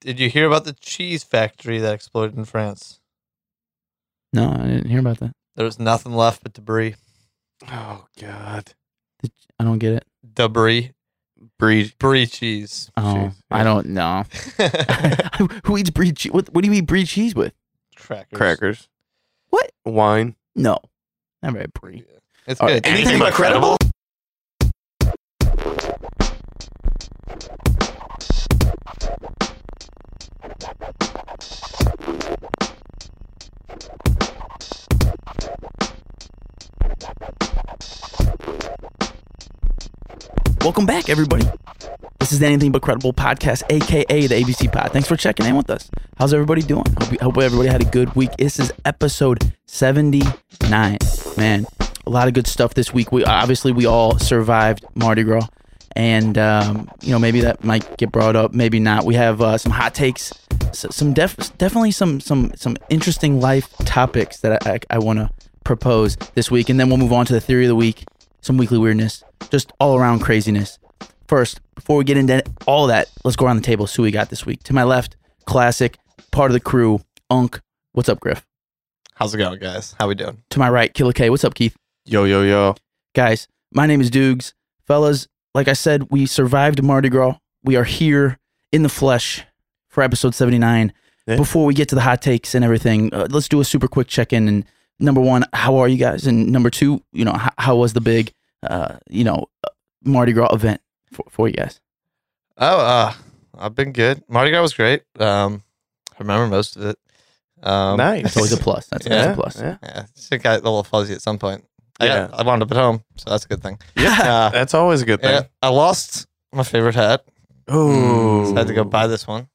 Did you hear about the cheese factory that exploded in France? No, I didn't hear about that. There was nothing left but debris. Oh God, I don't get it. Debris. breed. Brie cheese. Oh, Jeez, I yeah. don't know. Who eats brie cheese? What, what do you eat brie cheese with? Crackers. Crackers. What? Wine. No, not very brie. It's Oh, good. anything but credible? Welcome back, everybody. This is the Anything But Credible podcast, aka the ABC Pod. Thanks for checking in with us. How's everybody doing? Hope, you- hope everybody had a good week. This is episode seventy nine. Man, a lot of good stuff this week. We obviously we all survived Mardi Gras, and um, you know maybe that might get brought up, maybe not. We have uh, some hot takes, s some def- definitely some some some interesting life topics that I, I, I want to propose this week, and then we'll move on to the theory of the week, some weekly weirdness, just all around craziness first, before we get into all that, let's go around the table. See who we got this week. To my left, classic, part of the crew, Unk. What's up, Griff? How's it going, guys? How we doing? To my right, Killer K. What's up, Keith? Yo yo yo. Guys, my name is Dukes. Fellas, like I said, we survived Mardi Gras. We are here in the flesh for episode 79. Yeah. Before we get to the hot takes and everything, uh, let's do a super quick check in. And number one, how are you guys? And number two, you know, how, how was the big, uh, you know, uh, Mardi Gras event for, for you guys? Oh, uh, I've been good. Mardi Gras was great. Um, I remember most of it. Um, nice. That's always a plus. That's, yeah, that's a plus. Yeah. Yeah, it got a little fuzzy at some point. Yeah, Yeah. I, wound up at home, so that's a good thing. Uh, That's always a good thing. yeah, I lost my favorite hat. Ooh. So I Mm. had to go buy this one.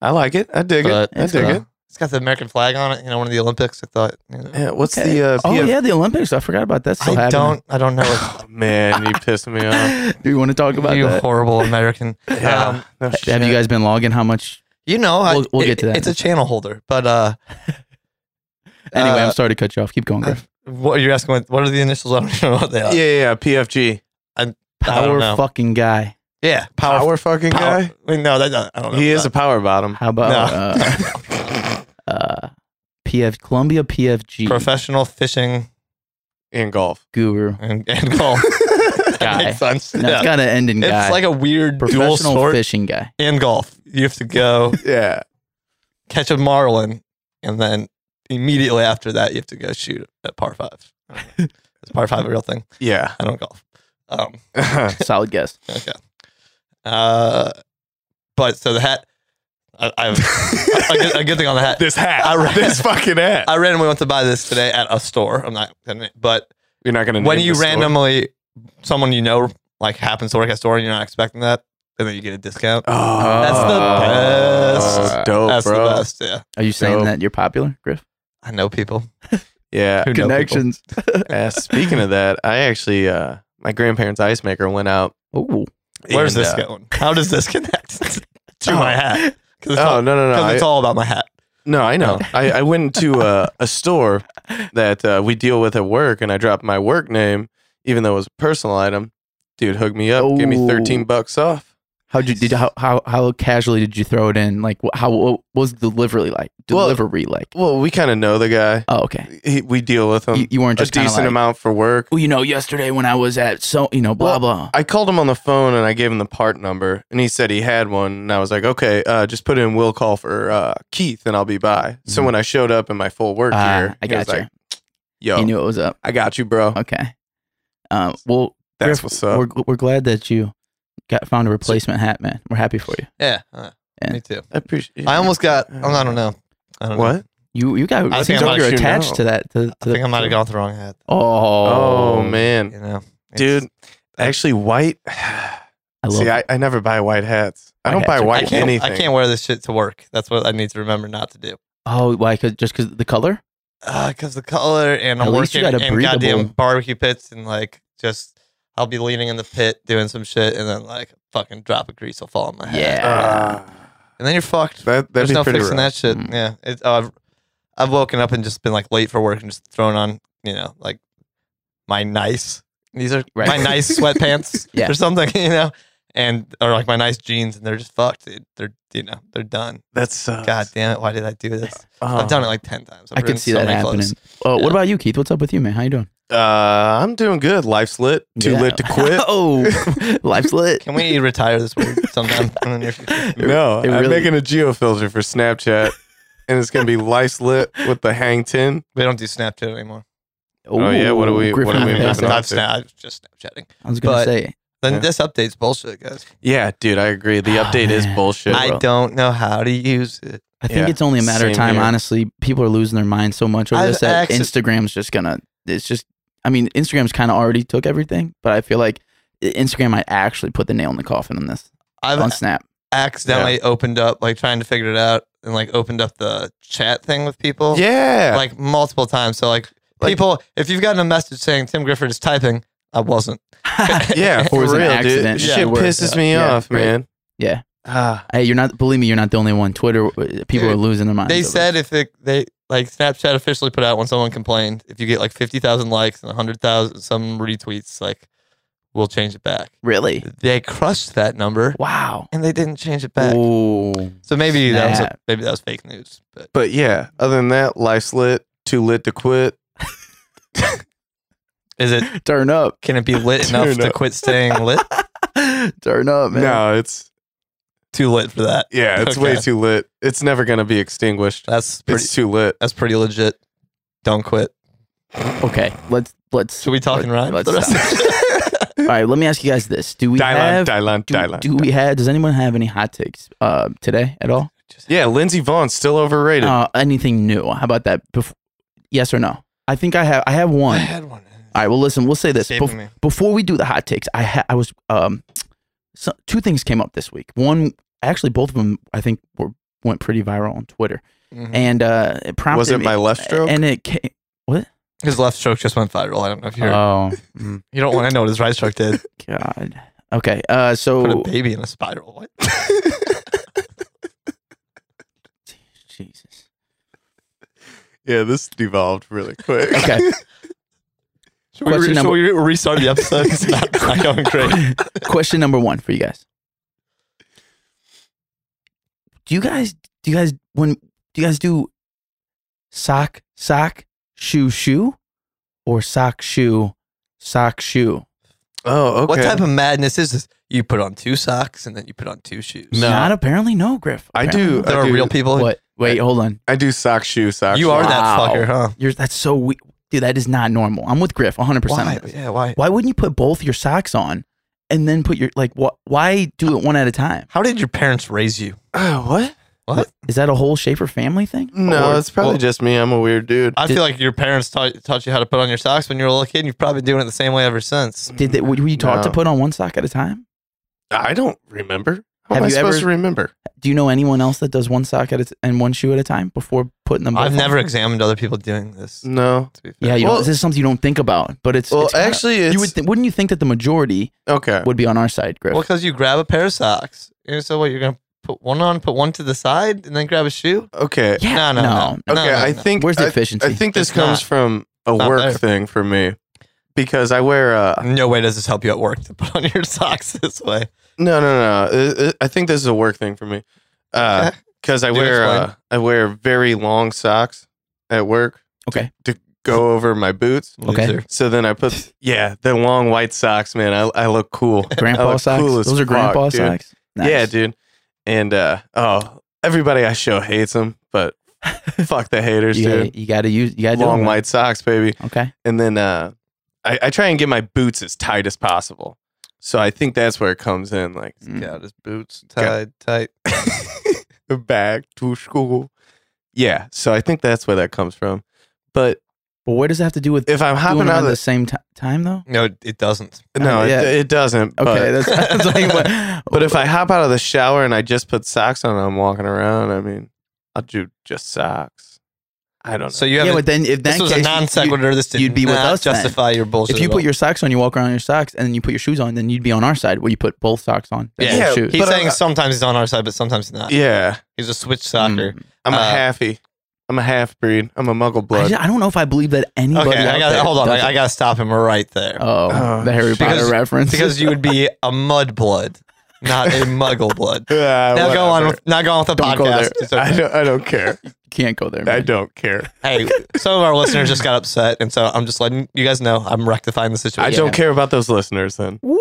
I like it. I dig But it. I It's dig uh, it. It's got the American flag on it. You know, one of the Olympics. I thought. You know, Yeah. What's Okay. the uh, Oh PF yeah, the Olympics. I forgot about that. Still I happening. don't. I don't know. What, Oh, man, you pissed me off. Do you want to talk about you that? horrible American. Yeah. Um, No Have shit. you guys been logging how much? you know, I- We'll- we'll get to that It's in a a channel holder, but uh, Anyway, uh, I'm sorry to cut you off. Keep going, Griff. what you're asking? What, what are the initials? I don't know what they Yeah, are. yeah, yeah. PFG. I don't Power know. fucking guy. yeah, Power, power. fucking power. guy. Wait, no, that, I don't know. He is a power bottom. How about uh, uh, PF Columbia PFG professional fishing in golf. guru? and, and golf. Guy. that makes sense. No, yeah. it's gotta end in It's guy. like a weird dual professional sport fishing guy. and golf. You have to go Yeah. catch a marlin, and then immediately after that, you have to go shoot at par five. Is par five a real thing? Yeah. I don't golf. Um, Solid guess. okay. Uh, but so the hat, I, I've a, good, a good thing on the hat. this hat. I ran- this fucking hat. I randomly went to buy this today at a store. I'm not, gonna- but You're not gonna. when name you the store. randomly someone you know like happens to work at a store and you're not expecting that, and then you get a discount. Oh, That's the Oh, best. dope, That's bro. the best. Yeah, Are you saying Dope. that you're popular, Griff? I know people. Yeah. Who know people. Connections. Uh, speaking of that, I actually uh, my grandparents' ice maker went out. Ooh. Where's and, this uh, going? How does this connect to my hat? Because it's, Oh all, no no no! 'cause I, it's all about my hat. no, I know. I, I went into a, a store that uh, we deal with at work, and I dropped my work name, even though it was a personal item. Dude, hooked me up, gave me Oh. thirteen bucks off. How did you, did how, how how casually did you throw it in? Like wh- how what was the delivery like? Well- Delivery like? Well, we kind of know the guy. Oh, okay. He, we deal with him You, you weren't Um, a just kinda decent like, amount for work. well, you know, yesterday when I was at so, you know, blah Well, blah. I called him on the phone and I gave him the part number, and he said he had one. And I was like, okay, uh, just put in will call for uh, Keith, and I'll be by. So Mhm. when I showed up in my full work Ah, gear, I he was gotcha. like, "Oh." Yo, you knew it was up. I got you, bro. Okay. Um, well, That's Griff, what's up. We're, we're glad that you got found a replacement hat, man. We're happy for you. Yeah, uh, me too. I appreciate. I almost got. oh, I don't know. I don't what? You you got I it think seems I like you're let you attached know. to that. To, to Know. I think I might have gone with the wrong hat. Oh, Oh, man, You know, It's- dude. Actually, white. I love See, I, I never buy white hats. I White don't buy hats are I white can't. anything. I can't wear this shit to work. That's what I need to remember not to do. Oh, why? Cause, just because the color? Because the color and I'm At least you working got a in breathable- goddamn barbecue pits and like just I'll be leaning in the pit doing some shit and then like fucking drop of grease will fall on my head. Yeah. Ah, And then you're fucked. that that'd There's be no pretty fixing that rough. shit. Mm. Yeah. It's oh, I've I've woken up and just been like late for work and just thrown on, you know, like my nice these are Right. my nice sweatpants Yeah. or something, you know. and or like my nice jeans, and they're just fucked. dude. They're you know they're done. That's God damn it! Why did I do this? I've done it like ten times. I've I can ruined see so that many happening. clothes. Oh, Yeah. what about you, Keith? What's up with you, man? How you doing? Uh, I'm doing good. Life's lit. Too Yeah. lit to quit. oh, life's lit. Can we retire this word sometime in the near future? No, It I'm really- making a geo filter for Snapchat, and it's gonna be life's lit with the hang ten. We don't do Snapchat anymore. Oh, yeah, what are we- what Griffin are we on the I'm moving face. on? not Snap. I'm just Snapchatting. I was gonna But- say Then Yeah. this update's bullshit, guys. Yeah, dude, I agree. The Oh, update is man. bullshit. I bro. don't know how to use it. I think Yeah, it's only a matter of same time. here. Honestly, people are losing their minds so much over I've this that actu- Instagram's just gonna. It's just. I mean, Instagram's kind of already took everything, but I feel like I- Instagram might actually put the nail in the coffin on this I've on Snap. accidentally opened up, like trying to figure it out, and like opened up the chat thing with people. yeah, Like multiple times. So like, Like- people, if you've gotten a message saying Tim Grifford is typing, I wasn't. yeah, Or for was real, it an dude. accident? Yeah, Shit it worked. pisses me Yeah, off, right. man. Yeah. Ah, Hey, you're not. Believe me, you're not the only one. Twitter, uh, people are Dude, losing their minds. They over said if it, they like Snapchat officially put out when someone complained, if you get like fifty thousand likes and hundred thousand some retweets, like we'll change it back. it. really. They crushed that number Wow. and they didn't change it back. Ooh. So maybe that was Snap. maybe that was fake news. But but yeah. Other than that, life's lit. Too lit to quit. is it Turn up. can it be lit enough Turn to up. quit staying lit? Turn up, man. No, it's Too lit for that. yeah, it's way Okay. too lit. It's never gonna be extinguished. That's pretty. it's too lit. Uh, That's pretty legit. Don't quit. Okay. Let's let's. Should we talk in rhyme? Let's for the rest of- All right. Let me ask you guys this: Do we Dylan, have? Dylan, do, Dylan. do we have? Does anyone have any hot takes uh, today at all? Yeah, Lindsey Vaughn's still overrated. Uh, anything new? How about that? Bef- yes or no? I think I have. I have one. I All had one. right. Well, listen. We'll say this Escaping Bef- me. before we do the hot takes. I ha- I was um, so, two things came up this week. One, actually, both of them. I think were went pretty viral on Twitter, Mhm. and uh, it prompted Was it me- my left stroke? And it came. His left stroke just went viral. I don't know if you are Oh mm, you don't want to know what his right stroke did. God. Okay. Uh. Put So a baby in a spiral. What? Jesus. yeah, this devolved really quick. Okay. Should we, Question re- should number- we re- restart the episode? It's not, not going great. question number one for you guys. Do you guys do you guys when do you guys do sock sock shoe shoe or sock shoe sock shoe? Oh, okay. What type of madness is this? You put on two socks and then you put on two shoes. No. Not apparently no, Griff. I do. There I are do, real people. What? Wait, hold on. I do sock shoe sock. You shoe. are Wow. that fucker, huh? You're that's so weak. Dude, that is not normal. I'm with Griff 100% on Why? this. Yeah, why? Why wouldn't you put both your socks on and then put your like what why do it one at a time? How did your parents raise you? Uh, what? What? Is that a whole Schaefer family thing? No, Or- it's probably well- just me. I'm a weird dude. I Did- feel like your parents taught, taught you how to put on your socks when you were a little kid, and you've probably been doing it the same way ever since. Did they, were you taught to No. put on one sock at a time? I don't remember. How Have am I you supposed ever- to remember? Do you know anyone else that does one sock at a t- and one shoe at a time before putting them? both I've on? never examined other people doing this. No. To be fair. Yeah, you Well- don't, this is something you don't think about, but it's. Well, it's kinda- actually, it's you would th- wouldn't you think that the majority okay. would be on our side, Griff? Well, because you grab a pair of socks, and so what? You're gonna put one on, put one to the side, and then grab a shoe? Okay. yeah, No, no, no. Okay. no, I no. think. Where's the I, efficiency? I think this It's comes not- from a not work there. thing for me because I wear. Uh, No way does this help you at work to put on your socks this way. no, no, no. I- I- I think this is a work thing for me Uh, Okay. because I Do wear. explain. Uh, I wear very long socks at work. Okay. To, to go over my boots. Okay. Loser. So then I put yeah, the long white socks, man. I I look cool. I grandpa look socks. cool as Those are grandpa fuck, dude. socks. Nice. Yeah, dude. And uh oh, everybody I show hates them, but fuck the haters, You dude. gotta, you gotta use. You gotta do Long them. white socks, baby. Okay. And then uh I, I try and get my boots as tight as possible. So I think that's where it comes in, like Mm. Got his boots Got- tied tight. back to school. Yeah, so I think that's where that comes from. But But what does it have to do with if I'm doing hopping them out at of the this, same ti time though? No, it doesn't. no, yeah. it, it doesn't. But, Okay, that's, that's like what. But if I hop out of the shower and I just put socks on, I'm walking around. I mean, I'll do just socks. I don't So know. you have yeah, a, but then if that this was a case, non sequitur. This did you'd be with not us then. justify your bullshit. If you at put all. your socks on, you walk around in your socks, and then you put your shoes on, then you'd be on our side where you put both socks on. then Yeah. both Yeah, shoes. he's but, saying uh, sometimes he's on our side, but sometimes not. yeah, He's a switch soccer. Mm. I'm a Uh, halfy. I'm a half breed. I'm a muggle I, blood. ju- I don't know if I believe that anybody. Okay, I out got there hold on. does I, I it. gotta stop him right there Oh, Oh, the Harry because- Potter reference. because you would be a mudblood. not a muggle blood. Now Ah, whatever. go on. With, now go on with the Don't go podcast. there. It's okay. I don't. I don't care. Can't go there. I man. don't care. Hey, some of our listeners just got upset, and so I'm just letting you guys know I'm rectifying the situation. I don't care about those listeners. Then Woo!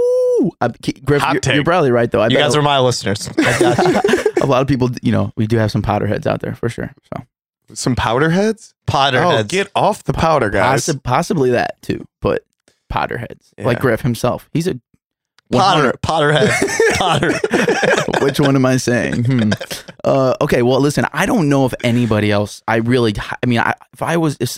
I, K- Griff, Hot you're, take. you're probably right though. I You bet guys are my listeners. I got you. a lot of people. You know, we do have some Potterheads out there for sure. So some Powderheads. Potter Oh, heads. get off the powder, guys. Possi- possibly that too, but Potterheads like Yeah. Griff himself. He's a Potter. Potter head. Potter. 100 Which one am I saying? Hmm. Uh, okay, well, listen. I don't know if anybody else. I really. I mean, I, if I was, if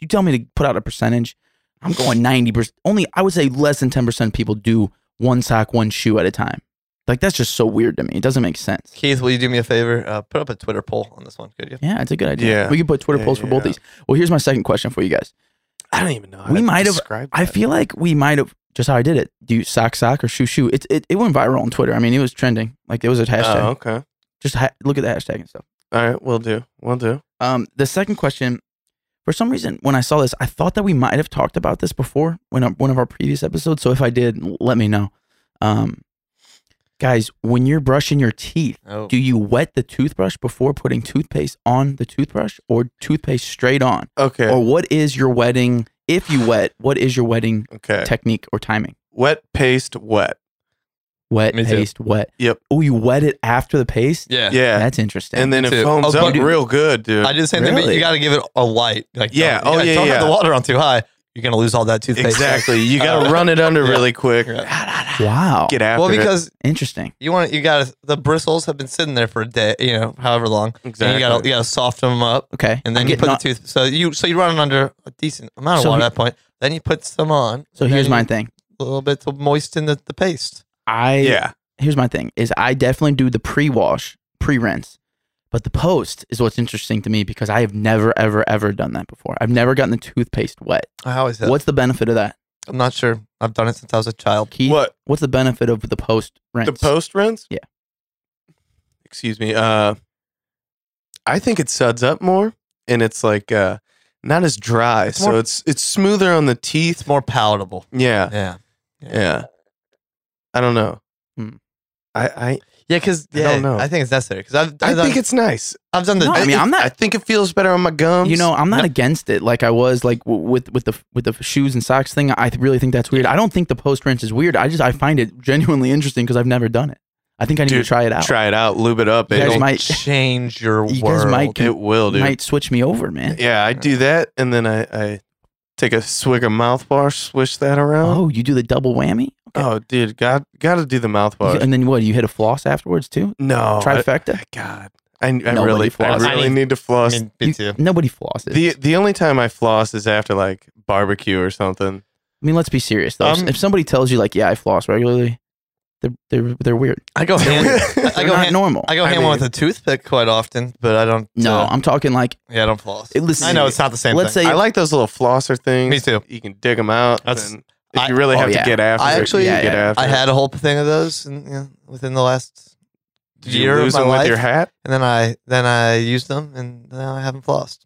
you tell me to put out a percentage, I'm going ninety percent. Only I would say less than ten percent of people do one sock, one shoe at a time. Like that's just so weird to me. It doesn't make sense. Keith, will you do me a favor? Uh, put up a Twitter poll on this one, could you? Yeah, it's a good idea. Yeah. We could put Twitter Yeah, polls for both yeah. these. Well, here's my second question for you guys. I don't even know. How We to might have- describe I that. feel like we might have just how I did it. Do you sock sock or shoe shoe? It it, it went viral on Twitter. I mean, it was trending. Like it was a hashtag. Oh, okay. Just ha- look at the hashtag and stuff. All right, we'll do. We'll do. Um, the second question, for some reason, when I saw this, I thought that we might have talked about this before when one of our previous episodes. So if I did, let me know. Um, guys, when you're brushing your teeth, Oh. do you wet the toothbrush before putting toothpaste on the toothbrush, or toothpaste straight on? Okay. Or what is your wetting? If you wet, what is your wetting okay. technique or timing? wet paste. Wet. Wet Me too. paste, wet. Yep. Oh, you wet it after the paste. Yeah. Yeah. that's interesting. and then it Too. foams Oh, up dude. real good, dude. I do the same thing, but Really? you got to give it a light. Like, Yeah. Don't, Oh, yeah, yeah, Don't yeah. have the water on too high. You're gonna lose all that toothpaste. exactly. You got Uh, to run it under yeah. really quick. Yeah. wow, Get after Well, it. because interesting. you want you got to the bristles have been sitting there for a day, you know, however long. And exactly. you got to you got to soften them up. Okay, and then I'm you getting put on- the tooth. So you so you run it under a decent amount of So water he- at that point. Then you put some on. So and here's then my you- thing. a little bit to moisten the, the paste. I yeah. here's my thing is I definitely do the pre-wash, pre-rinse, but the post is what's interesting to me because I have never ever ever done that before. I've never gotten the toothpaste wet. I always have. What's the benefit of that, I'm not sure. I've done it since I was a child. Keith? What What's the benefit of the post rinse? the post rinse? Yeah. Excuse me. Uh, I think it suds up more, and it's like uh, not as dry, It's so more- it's it's smoother on the teeth. It's more palatable. Yeah. Yeah. Yeah. I don't know. Hmm. I I, Yeah, because I yeah, I don't know. think it's necessary. Because I've, I I've think done, it's nice. I've done the. No, I mean, I'm not- I think it feels better on my gums. You know, I'm not against it. Like I was like w- with with the with the shoes and socks thing. I really think that's weird. I don't think the post rinse is weird. I just I find it genuinely interesting because I've never done it. I think I need to Dude, try it out. try it out, lube it up, You guys baby. it'll might- change your You guys world. might- it will, dude. Might switch me over, man. Yeah, I do that, and then I, I take a swig of mouthwash, swish that around. Oh, you do the double whammy, Oh, dude, got got to do the You- mouthwash. and then what? You hit a floss afterwards too? Oh, No, I, Trifecta. God, I, I Nobody really, I flosses. really I- need I to floss. mean, me You- too. Nobody flosses. the The only time I floss is after like barbecue or something. I mean, let's be serious though. If- Um, if somebody tells you like, "Yeah, I floss regularly," they're they're they're weird. I go hand. I- I They're go not hand. normal. I go I hand one with a toothpick quite often, but I don't. no, uh, I'm talking like yeah, I don't floss. It- listen- I know it's not the same. let's thing. say I like those little flosser things. Me too. You can dig them out. That's- and if I- you really oh, have yeah. to get after. I it, you actually- Yeah, get yeah. after. I it. had a whole thing of those, and you know, within the last Did you year of lose my them life, with your hat? and then I then I used them, and now I haven't flossed.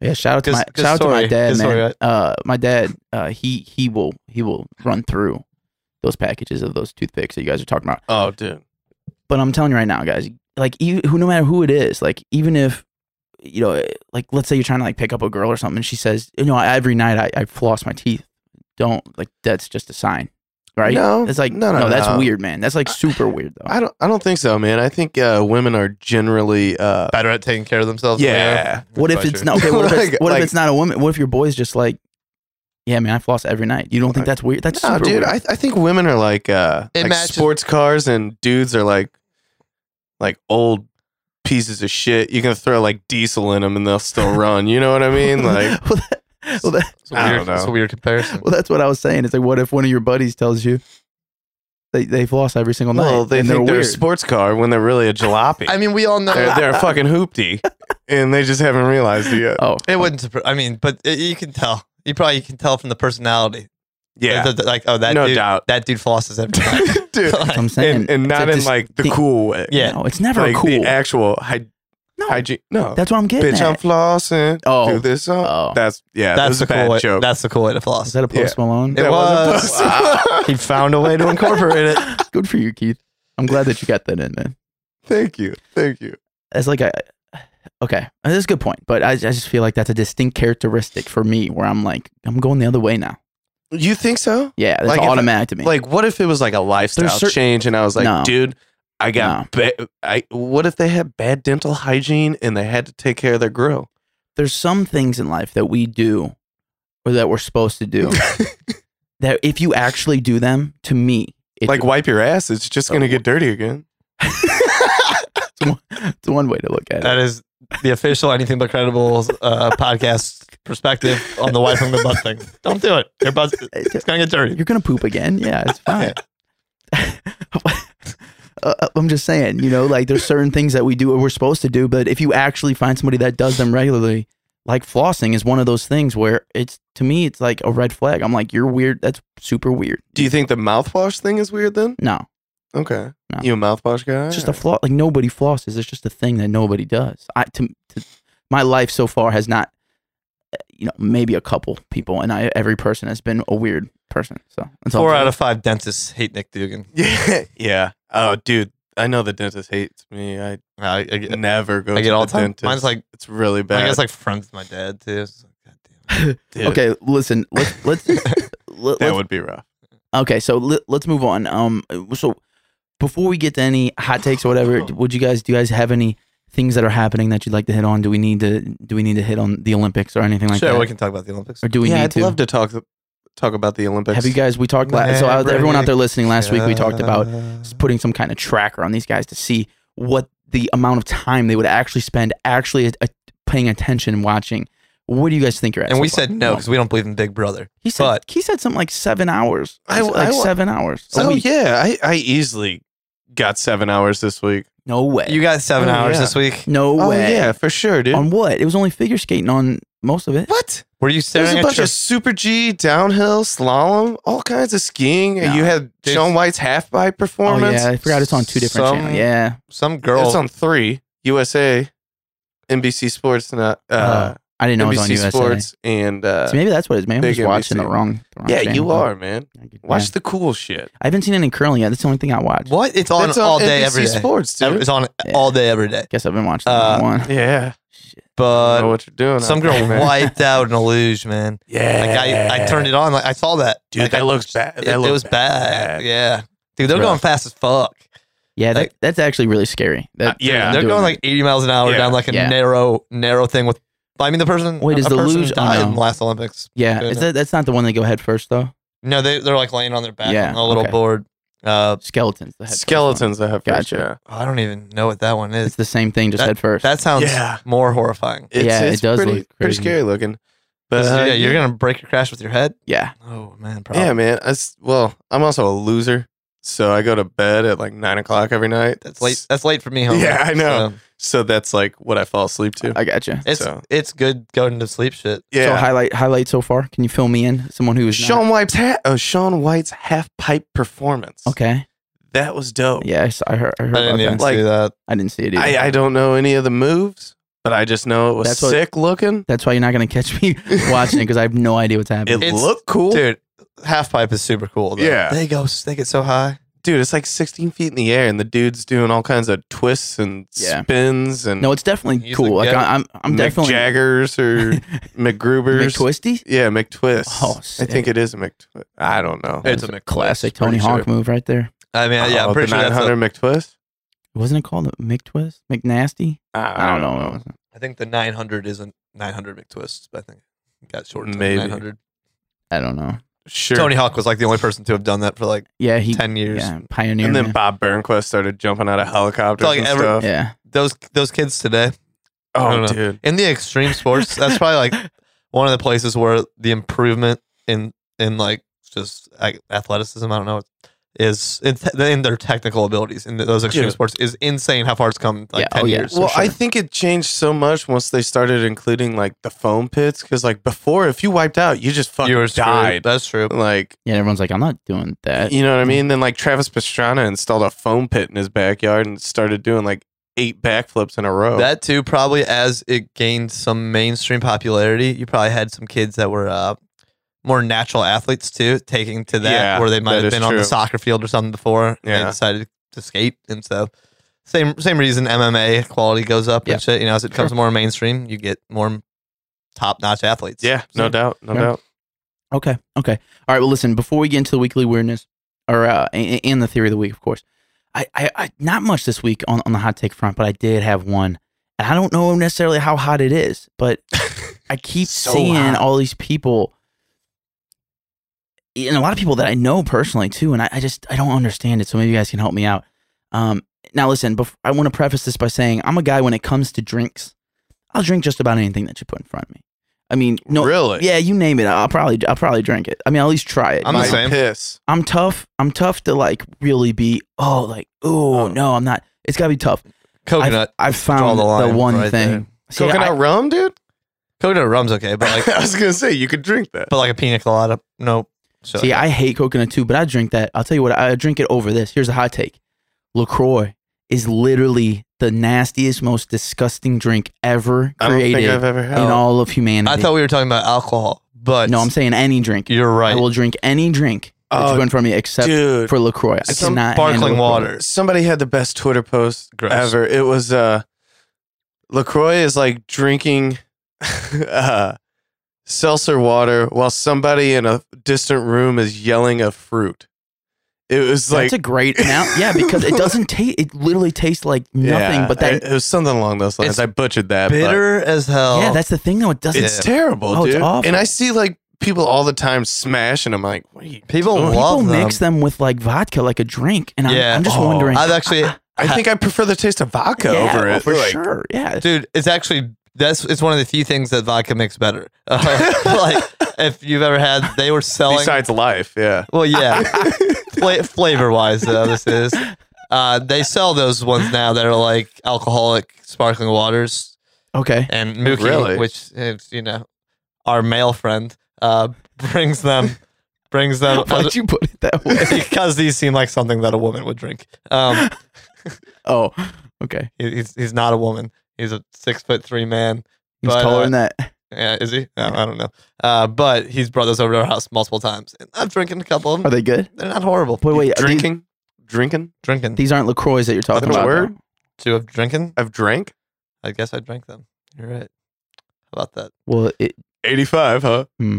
yeah. Shout out to Good- my good shout out to my story. dad, Good man. story, right? Uh, my dad, uh, he he will he will run through those packages of those toothpicks that you guys are talking about. Oh, dude. But I'm telling you right now, guys, like you, who, no matter who it is, like even if you know, like let's say you're trying to like pick up a girl or something, and she says, you know, every night I, I floss my teeth. Don't like that's just a sign, right? No, it's like no, no, no, no, that's no. weird, man. That's like super weird though. I don't. I don't think so, man. I think uh, women are generally. Uh, better at taking care of themselves. than we Yeah. are. what if That's it's true. not okay? What, if, it's, Like- what like- if it's not a woman? What if your boy's just like, yeah, man, I floss every night. You don't think that's weird? That's No, super dude, weird. I, I think women are like uh It like matches- sports cars and dudes are like like old pieces of shit. You can throw like diesel in them and they'll still run. You know what I mean? Like well, that- well, that- It's a I weird, don't know. It's a weird comparison. well, that's what I was saying. It's like, what if one of your buddies tells you they they floss every single night? well, they and think they're, they're a weird. sports car when they're really a jalopy. I mean, we all know they're, they're a fucking hoopty and they just haven't realized it yet. oh, it wouldn't. surpri- I mean, but it, you can tell. You probably can tell from the personality. Yeah. Th- th- like, oh, that No dude, doubt. that dude flosses every time. Dude. That's what I'm saying. And, and It's not a in dis- like the thing- cool way. yeah, No, it's never Like cool. the actual hy- no, hygiene. No. that's what I'm getting Bitch, I'm at. flossing. Oh. Do this song. Oh. That's yeah. that's That's the a cool bad way. joke. That's the cool way to Is floss. that a Post Malone? It That wasn't was. possible. he found a way to incorporate it. Good for you, Keith. I'm glad that you got that in, man. Thank you. Thank you. It's like I okay, that's a good point, but I, I just feel like that's a distinct characteristic for me where I'm like I'm going the other way now. You think so? Yeah, that's Like, if I- automatic to me. Like, what if it was like a lifestyle cer- change, and I was like, No. dude, I got. Ba- I what if they had bad dental hygiene and they had to take care of their grill? there's some things in life that we do or that we're supposed to do that if you actually do them, to me, it's Like, wipe your ass. It's just gonna get dirty again. it's one way to look at it. That is the official Anything But Credible uh, podcast perspective on the wife from the butt thing. Don't do it. Your butt's it's gonna get dirty. You're gonna poop again. Yeah, it's fine. Uh, I'm just saying, you know, like there's certain things that we do or we're supposed to do, but if you actually find somebody that does them regularly, like flossing is one of those things where it's to me, it's like a red flag. I'm like, you're weird. That's super weird. Do you think the mouthwash thing is weird then? No, Okay, No. you a mouthwash guy? it's just a flaw. Like nobody flosses. It's just a thing that nobody does. I to, to my life so far has not, uh, you know, maybe a couple people, and I every person has been a weird person. So that's all I'm Four saying. out of five dentists hate Nick Dugan. yeah, yeah. Oh, dude, I know the dentist hates me. I I, I get, never go I to get all the the time. dentist. Mine's like it's really Mm, bad. I guess like friends with my dad too. It's like, God damn Dude, Okay, listen. Let's let's. let, that us would be rough. okay, so let, let's move on. Um, so before we get to any hot takes or whatever, would you guys do you guys have any things that are happening that you'd like to hit on? Do we need to do we need to hit on the Olympics or anything it. like sure, that? we can talk about the Olympics. or do we yeah, need I'd to? love to talk talk about the Olympics. have you guys? We talked last. So uh, everyone out there listening, last week we talked about putting some kind of tracker on these guys to see what the amount of time they would actually spend actually uh, paying attention and watching. What do you guys think you're at? and so we far? said no because we don't believe in Big Brother. He said But- he said something like seven hours. I- like I- seven hours. a Oh week. yeah, I, I easily got seven hours this week. No way. You got seven Oh, hours yeah. this week. no Oh way. yeah, for sure, dude. On what? It was only figure skating on most of it. what? Were you There's staring a at bunch your of super G, downhill, slalom, all kinds of skiing. No. You had Dude. Sean White's half pipe Oh performance. yeah, I forgot it's on two different Some- channels. Yeah, some girl? It's on three USA, NBC Sports, not uh, Uh, I didn't know it was NBC on USA. Sports, and uh, So maybe that's what it is. Maybe I'm big just watching the NBC. wrong. the wrong yeah, channel. you are man. Yeah. Watch the cool shit. I haven't seen any curling yet. That's the only thing I watch. what? It's on It's all day NBC every day. Sports, dude. Every- It's on Yeah. all day every day. Guess I've been watching the Uh, wrong one. yeah, I know But what you're doing. Uh, some out girl there, man. wiped out an illuge, man. Yeah, Like I, I turned it on. Like I saw that. Dude, Like, that I- looks bad. It, That it looked was bad. bad. Yeah, dude, they're Rough. going fast as fuck. Yeah, that, Like- that's actually really scary. That, Uh, yeah. I'm they're doing going that. like 80 miles an hour Yeah. down like a Yeah. narrow, narrow thing with. I mean, the person. Wait, is a the person luge- oh, died no. in the last Olympics? yeah. Is that, that's not the one they go head first though. No, they they're like laying on their back Yeah, on a little okay. board. Uh, Skeletons. The head first one. Skeletons that have fish, Gotcha. yeah. I don't even know what that one It's is. the same thing, just That- head first. That sounds Yeah. more horrifying. It's, Yeah, it it's does pretty, look pretty crazy. scary looking. But uh, yeah, you're gonna break your crash with your head. yeah. Oh man, probably. Yeah, man. I s well, I'm also a loser, so I go to bed at like nine o'clock every night. That's late. That's late for me. Homie. Yeah, I know. So, So that's like what I fall asleep to. I gotcha. it's So- it's good going to sleep. Shit. So yeah. highlight highlight so far. Can you fill me in? Someone who is not- Sean White's ha- oh, Sean White's half pipe performance. Okay. that was dope. Yeah, I, saw, I heard. I heard I didn't about even that. Like- see that. I didn't see it either. I, I don't know any of the moves, but I just know it was That's what- sick looking. That's why you're not gonna catch me watching it because I have no idea what's happening. It It's- looked cool, dude. dude. Half pipe is super cool. Though. Yeah. they go. They get so high. It's like 16 feet in the air, and the dude's doing all kinds of twists and Yeah. spins and no, it's definitely He's cool. like, Like yeah. I- I'm, I'm Mick definitely Jaggers or McGrubers. twisty. Yeah, McTwist. Oh, I sick. think it is a McTwist. I don't know. It's a Classic McTwist, Tony pretty Hawk move right there. I mean, yeah, Oh, I'm pretty the sure that's. 900 A, McTwist. Wasn't it called a McTwist? McNasty? Ah, I don't, know. I think the 900 is a 900 McTwist. I think It got short. to Maybe. 900. I don't know. Sure. Tony Hawk was like the only person to have done that for like Yeah, he 10 years. yeah, pioneer. and man. then Bob Burnquist started jumping out of helicopters Like and every- stuff. yeah, Those those kids today I don't Oh, know. dude. in the extreme sports, that's probably like one of the places where the improvement in in like just like, athleticism. I don't know. Is in, te- in their technical abilities in those extreme Yeah. sports is insane how far it's come in, like Yeah, ten oh, yeah. years. Well, I sure. think it changed so much once they started including like the foam pits because like before, if you wiped out, you just fucking you were screwed. died. That's true. Like, yeah. Everyone's like, I'm not doing that. you know what I mean? Then like Travis Pastrana installed a foam pit in his backyard and started doing like eight backflips in a row. That too, probably as it gained some mainstream popularity, you probably had some kids that were uh, more natural athletes too, taking to that, Yeah, where they might that have is been on the true. soccer field or something before. And Yeah. they decided to skate and stuff. Same same reason MMA quality goes up Yeah. and shit. You know, as it comes more mainstream, you get more top notch athletes. Yeah, no So- doubt, no Yeah. doubt. Okay. Okay. All right. Well, listen. Before we get into the weekly weirdness, or uh, and, and the theory of the week, of course, I, I, I not much this week on, on the hot take front, but I did have one, and I don't know necessarily how hot it is, but I keep So seeing hot. all these people, and a lot of people that I know personally too, and I, I just I don't understand it. So maybe you guys can help me out. Um, now listen, bef- I want to preface this by saying I'm a guy when it comes to drinks, I'll drink just about anything that you put in front of me. I mean, no, really? yeah, you name it. I'll probably I'll probably drink it. I mean, I'll at least try it. I'm My the same. Piss. I'm tough. I'm tough to like really be. Oh, like oh Oh. no, I'm not. It's gotta be tough. Coconut, I've, I've found the the, line one right thing. there. See, Coconut I, rum, dude. coconut rum's okay, but like I was gonna say you could drink that. but like a pina colada, no. So see, I hate coconut too, but I drink that. I'll tell you what. I drink it over this. Here's a hot take. Lacroix is literally the nastiest, most disgusting drink ever I don't think I've created ever in had. all of humanity. I thought we were talking about alcohol, but no, I'm saying any drink. you're right. Uh, I will drink any drink that you Oh, put in front of me except dude. for Lacroix. I Some cannot handle sparkling LaCroix. water. Somebody had the best Twitter post Gross. ever. It was uh LaCroix is like drinking uh seltzer water while somebody in a distant room is yelling a fruit. It was like That's a great amount. Yeah, because it doesn't taste. It literally tastes like nothing. yeah, but that. I- it was something along those lines. It's I butchered that. but bitter as oh. hell. yeah, that's the thing though. It doesn't. It's terrible, Oh, it's dude. awful. and I see like people all the time smash and I'm like, what are you people doing? people love them. mix them with like vodka, like a drink, and I'm, Yeah. I'm just Oh. wondering. I've actually I think I prefer the taste of vodka yeah, over oh, it. for Like, sure. Yeah. dude it's actually that's it's one of the few things that vodka makes better Uh, like if you've ever had they were selling Besides life, yeah. well yeah Fla- flavor wise though this is uh, they sell those ones now that are like alcoholic sparkling waters Okay. and Mookie, Really? which is you know our male friend uh, brings them brings uh, them Why'd you put it that way? because these seem like something that a woman would drink um, Oh. Okay. he- he's, he's not a woman he's a six foot three man He's But, taller uh, than that. Yeah, is he? No, I don't know. Uh, but he's brought those over to our house multiple times. And I've drinking a couple of Are them. they good? They're not horrible. Wait, wait. are these- drinking? Drinking? Drinking. These, aren't Lacroix that you're talking Is that a about. word? though. Two of drinking. I've drank? I guess I drank them. You're right. How about that? Well, it, 85, huh? now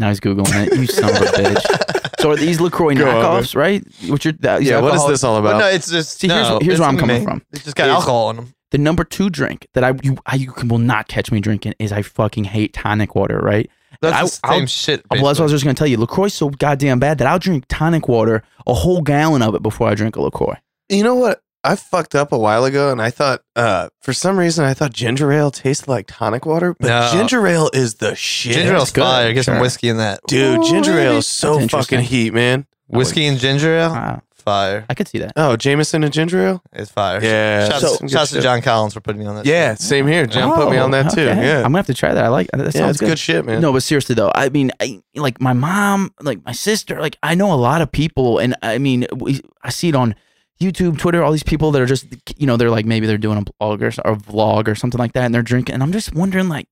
he's googling it. You son of a bitch. So are these Lacroix Go on, knockoffs, right? What you're? that- these yeah, what is alcoholic- this all But about? no, it's just. See, no, here's, here's it's where I'm in coming me. from. It's just got It's- alcohol in them. the number two drink that I you I, you can, will not catch me drinking is I fucking hate tonic water, right? That's I- the same I'll- shit. Well, that's what I basically. was just gonna tell you. Lacroix so goddamn bad that I'll drink tonic water, a whole gallon of it before I drink a Lacroix. you know what? I fucked up a while ago and I thought, uh, for some reason, I thought ginger ale tasted like tonic water, but No. ginger ale is the shit. Ginger ale's good, fire. Get some sure. whiskey in that. Dude, ginger ale is so That's interesting. fucking heat, man. Whiskey and ginger ale? Wow, Fire. I could see that. Oh, Jameson and ginger ale? It's fire. Yeah. Shouts, So- some good shouts to shit. John Collins for putting me on that. Yeah, same here. John put me Oh, on that too. okay. Yeah. I'm gonna have to try that. I like that. yeah, sounds it's good. shit, man. No, but seriously though, I mean, I, like my mom, like my sister, like I know a lot of people, and I mean, we, I see it on YouTube, Twitter, all these people that are just, you know, they're like maybe they're doing a blog or, s- or a vlog or something like that, and they're drinking, and I'm just wondering, like,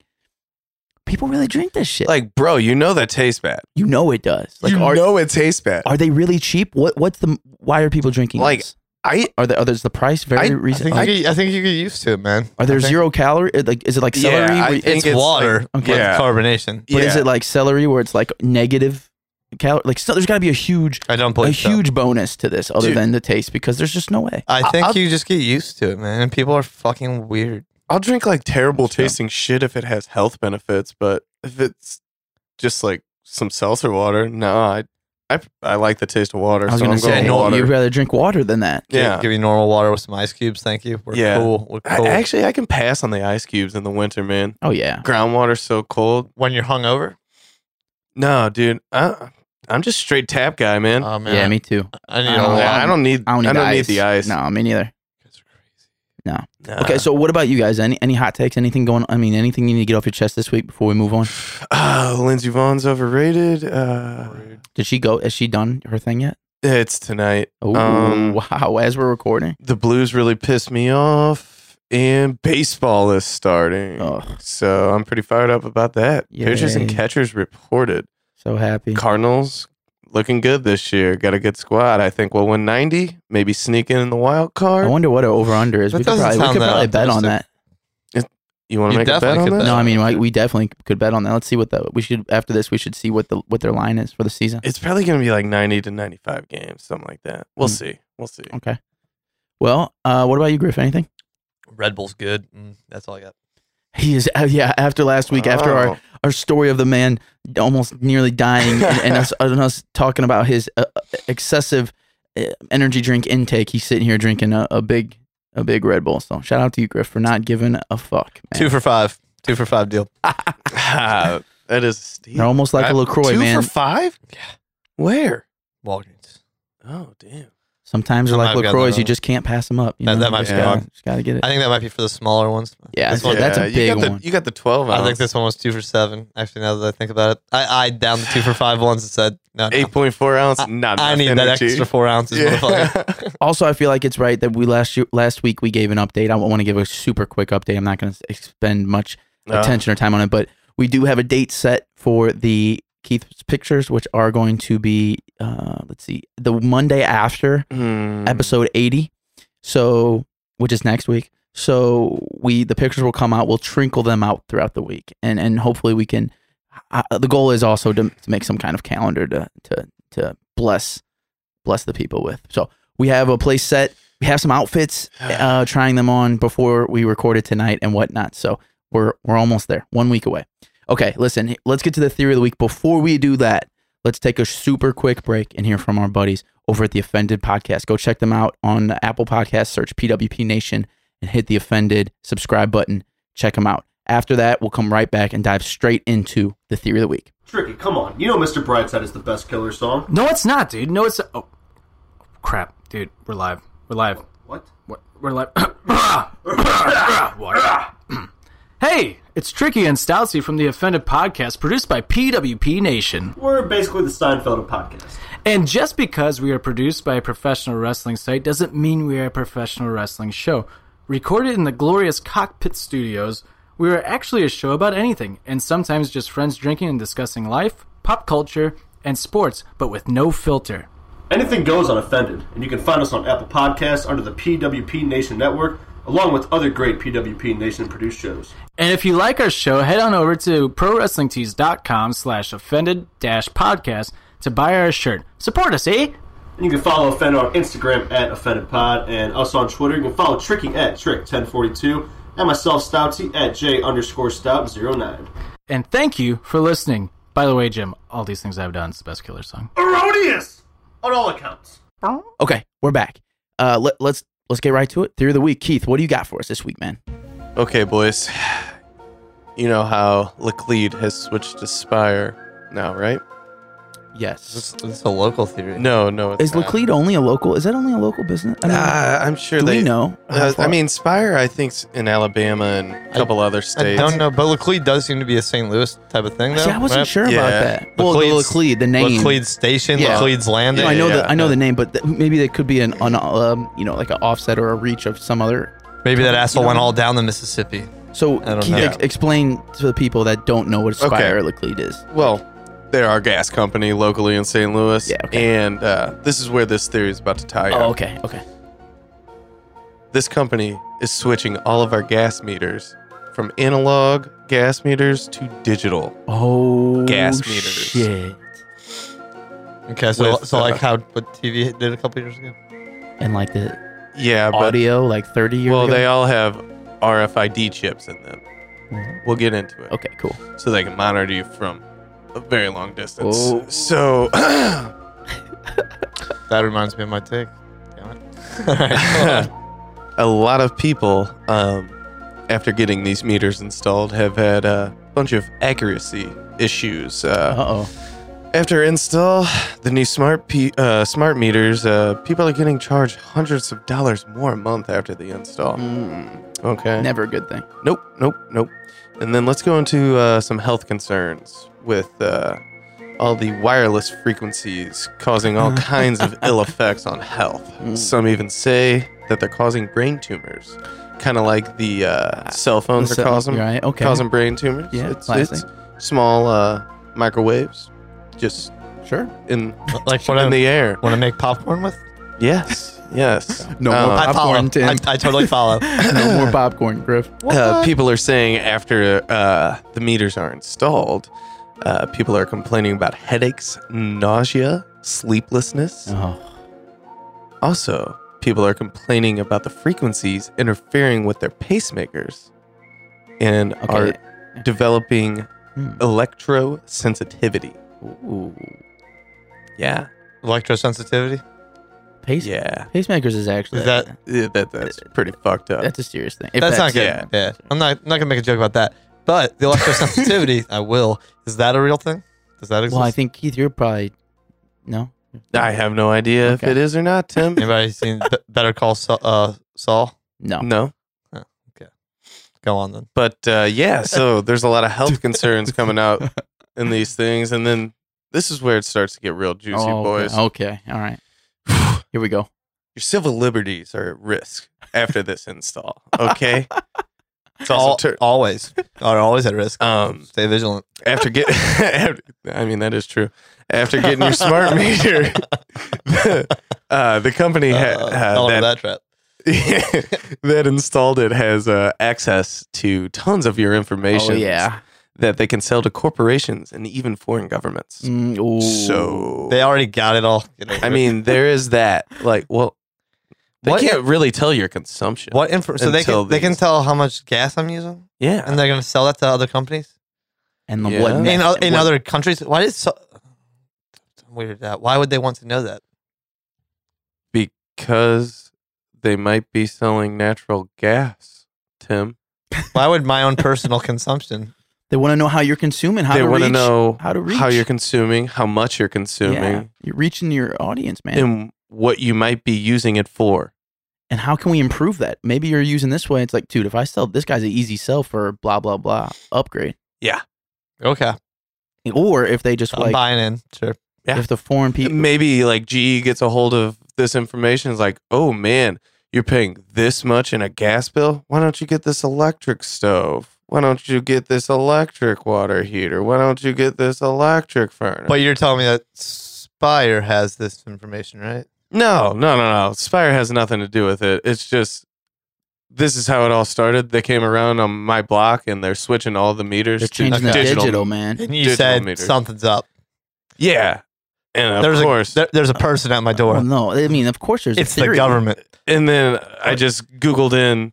people really drink this shit? Like, bro, you know that tastes bad. you know it does. Like, you are know it tastes bad. are they really cheap? What what's the why are people drinking? Like, this? I are the others the price very I- I I reason? think, oh, you get, I think you get used to it, man. are there I think- zero calorie? uh, Like, is it like celery? Yeah, I where- think It's, it's water like- with Yeah. carbonation. but is yeah. it like celery where it's like negative calorie? Like, so there's got to be a huge I don't a believe so. huge bonus to this other Dude. than the taste because there's just no way. I think I'll- you just get used to it, man. And people are fucking weird. I'll drink like terrible Sure. tasting shit if it has health benefits, but if it's just like some seltzer water, no, I I, I like the taste of water. I was so gonna I'm say going no, water. you'd rather drink water than that. Give, Yeah. give me normal water with some ice cubes. Thank you. We're Yeah. cool. We're I- cool. actually, I can pass on the ice cubes in the winter, man. Oh yeah, Groundwater's so cold. when you're hungover, No, dude, I, I'm just straight tap guy, man. oh man, yeah, me too. I need I a don't lot. Yeah, Uh, I don't need. I don't need, the, ice. the ice. No, me neither. You guys are crazy. Nah. okay, so what about you guys? Any any hot takes? Anything going? I mean, anything you need to get off your chest this week before we move on? Uh, Lindsey Vaughn's overrated. Uh, Did she go? Is she done her thing yet? it's tonight. Oh Um, wow! As we're recording, The Blues really pissed me off, and baseball is starting. oh, So I'm pretty fired up about that. Pitchers and Yay. catchers reported. so happy. Cardinals looking good this year. Got a good squad. I think we'll win 90, maybe sneak in, in the wild I card. wonder what our over under is. That we could doesn't probably, we sound could that probably bet on that. optimistic. you want You to make a bet definitely on could that? bet. No, I mean like, we definitely could bet on that. Let's see what the we should after this. We should see what the what their line is for the season. It's probably going to be like 90 to 95 games, something like that. We'll Hmm. see. We'll see. Okay. Well, uh, what about you, Griff? Anything? Red Bull's good. Mm, that's all I got. He is uh, yeah. After last week, after our Oh. our story of the man almost nearly dying and, and us and us talking about his uh, excessive uh, energy drink intake. He's sitting here drinking a, a big a big Red Bull. So shout out to you, Griff, for not giving a fuck. Man. Two for five. Two for five deal. Ah, that is steep. They're almost like a Lacroix, Uh, Two man. for five? Yeah. Where? Walgreens. Oh, damn. Sometimes I they're might like have gotten Lacroix. that You wrong. just can't pass them up. You That- know? that might just be gotta, wrong. just gotta get it. I think that might be for the smaller ones. Yeah, This that's, one- that's a Yeah, you big got the- one. you got the 12 I ounce. think this one was two for seven. Actually, now that I think about it, I eyed down the two for five ones and said, "No, no 8.4 ounce. I- not I enough need that energy. extra four ounces." motherfucker. Yeah. Also, I feel like it's right that we last year, last week we gave an update. I want to give a super quick update. I'm not going to expend much Uh, attention or time on it, but we do have a date set for the Keith's pictures, which are going to be uh, let's see, the Monday after hmm. episode 80 so which is next week so we the pictures will come out we'll trinkle them out throughout the week and and hopefully we can uh, the goal is also to, to make some kind of calendar to to to bless bless the people with so we have a place set we have some outfits uh trying them on before we recorded tonight and whatnot so we're we're almost there one week away okay listen let's get to the theory of the week before we do that let's take a super quick break and hear from our buddies over at the Offended Podcast. Go check them out on the Apple Podcast. Search PWP Nation and hit the Offended subscribe button. Check them out. After that, we'll come right back and dive straight into the theory of the week. Tricky, come on. You know Mr. Brightside is the best killer song. No, it's not, dude. No, it's oh, crap, dude. We're live. We're live. What? What? We're live. Water. hey, it's Tricky and Stoutsy from the Offended Podcast, produced by PWP Nation. We're basically the Seinfeld of podcasts. And just because we are produced by a professional wrestling site doesn't mean we are a professional wrestling show. Recorded in the glorious cockpit studios, we are actually a show about anything, and sometimes just friends drinking and discussing life, pop culture, and sports, but with no filter. Anything goes on Offended, and you can find us on Apple Podcasts under the PWP Nation Network, along with other great PWP Nation produced shows. And if you like our show, head on over to prowrestlingtees.com slash offended dash podcast to buy our shirt. Support us, eh? And you can follow Offended on Instagram at OffendedPod, and us on Twitter. You can follow Tricky at Trick1042, and myself, Stouty, at J underscore Stout09. And thank you for listening. By the way, Jim, all these things I've done is the best killer song. Erroneous! On all accounts. Okay, we're back. Uh, let, let's let's get right to it. Theory of the week, Keith. What do you got for us this week, man? Okay, boys. You know how Laclede has switched to Spire now, right? Yes. This this is a local theory. No, no. It's Is not. Laclede only a local? Is that only a local business? I mean, Uh, I'm sure do they. we know? how Uh, I far- mean, Spire, I think's in Alabama and a couple other I states. don't know, but Laclede does seem to be a St. Louis type of thing, though. See, I wasn't right? sure about Yeah. that. Well, the Laclede's- Laclede, the name. Laclede Station, Yeah. Laclede's Landing. No, I know yeah, the I know yeah. the name, but th- maybe there could be an, an um, you know like an offset or a reach of some other. Maybe that asshole You went know- all down the Mississippi. So I don't can you know. ex- explain to the people that don't know what Spire Okay. or Laclede is? Well, they're our gas company locally in St. Louis. Yeah, okay. And uh, this is where this theory is about to tie up. Oh, okay, okay. This company is switching all of our gas meters from analog gas meters to digital. Oh, Gas meters. shit. Okay, so With, so uh, like how what TV did a couple years ago. And like the Yeah, but audio, like thirty years. well, ago? they all have RFID chips in them. We'll get into it. Mm-hmm. Okay, cool. so they can monitor you from a very long distance. Oh. So, That reminds me of my take. Damn it. All right. a lot of people, um, after getting these meters installed, have had a bunch of accuracy issues. Uh, Uh oh. After install, the new smart pe- uh, smart meters, uh, people are getting charged hundreds of dollars more a month after the install. Okay. Never a good thing. Nope, nope, nope. And then let's go into uh, some health concerns with uh, all the wireless frequencies causing all kinds of ill effects on health. Some even say that they're causing brain tumors, kind of like the uh, cell phones So- are causing, right? Okay. causing brain tumors. Yeah, it's, classic. it's small uh, microwaves just Sure. in Like what in I the air. want to make popcorn with. Yes, yes. No Um, more I follow. popcorn, Tim. I, I totally follow. no more popcorn, Griff. uh, people are saying after uh, the meters are installed, uh, people are complaining about headaches, nausea, sleeplessness. Oh, Also, people are complaining about the frequencies interfering with their pacemakers and okay. are developing Hmm. electrosensitivity. Ooh. Yeah. Electrosensitivity. Pace- Yeah. Pacemakers is actually Is that? Yeah, that, that's pretty fucked up. that's a serious thing. If that's, not good. yeah. Yeah. I'm not not gonna make a joke about that. But the electrosensitivity, I will. Is that a real thing? Does that exist? Well, I think Keith, you're probably no. I have no idea Okay. if it is or not, Tim. Anybody seen Be- Better Call Saul? Uh, Saul? No. no. Go on then. But uh, yeah, so there's a lot of health concerns coming out in these things. And then this is where it starts to get real juicy, Oh, okay. boys. Okay. All right. Here we go. Your civil liberties are at risk after this install, okay? It's also All, tur- always are always at risk. um, Stay vigilant. after get after, I mean that is true. After getting your smart meter, uh, the company ha- Uh, uh, fell into that, that trap. that installed it has uh, access to tons of your information. Oh yeah. that they can sell to corporations and even foreign governments. Mm, ooh. So They already got it all. Get over I it. mean, there is that. Like, well, they What- can't really tell your consumption. what info? So they Until can, they can these. tell how much gas I'm using, Yeah, and they're gonna sell that to other companies and the Yeah. what In in, next- o- in what- other countries. Why is so weird that? Why would they want to know that? because they might be selling natural gas, Tim. Why would my own personal consumption? they want to know how you're consuming. How they to want to reach- know how to reach how you're consuming, how much you're consuming, Yeah. You're reaching your audience, man. and what you might be using it for. and how can we improve that? Maybe you're using this way. It's like, dude, if I sell this guy's an easy sell for blah blah blah upgrade, Okay, or if they just I'm like buying in. Sure. Yeah. if the foreign people, Maybe like GE gets a hold of this information. Is like, oh man, you're paying this much in a gas bill. Why don't you get this electric stove? Why don't you get this electric water heater? Why don't you get this electric furnace? But you're telling me that Spire has this information, right? no, no, no, no. Spire has nothing to do with it. It's just this is how it all started. They came around on my block and they're switching all the meters they're to changing the digital. digital, man. And you Digital said meter. something's up. Yeah, and of there's course, a there, there's a person at my door. Well, no, I mean, of course, there's a it's the theory. government. and then I just googled in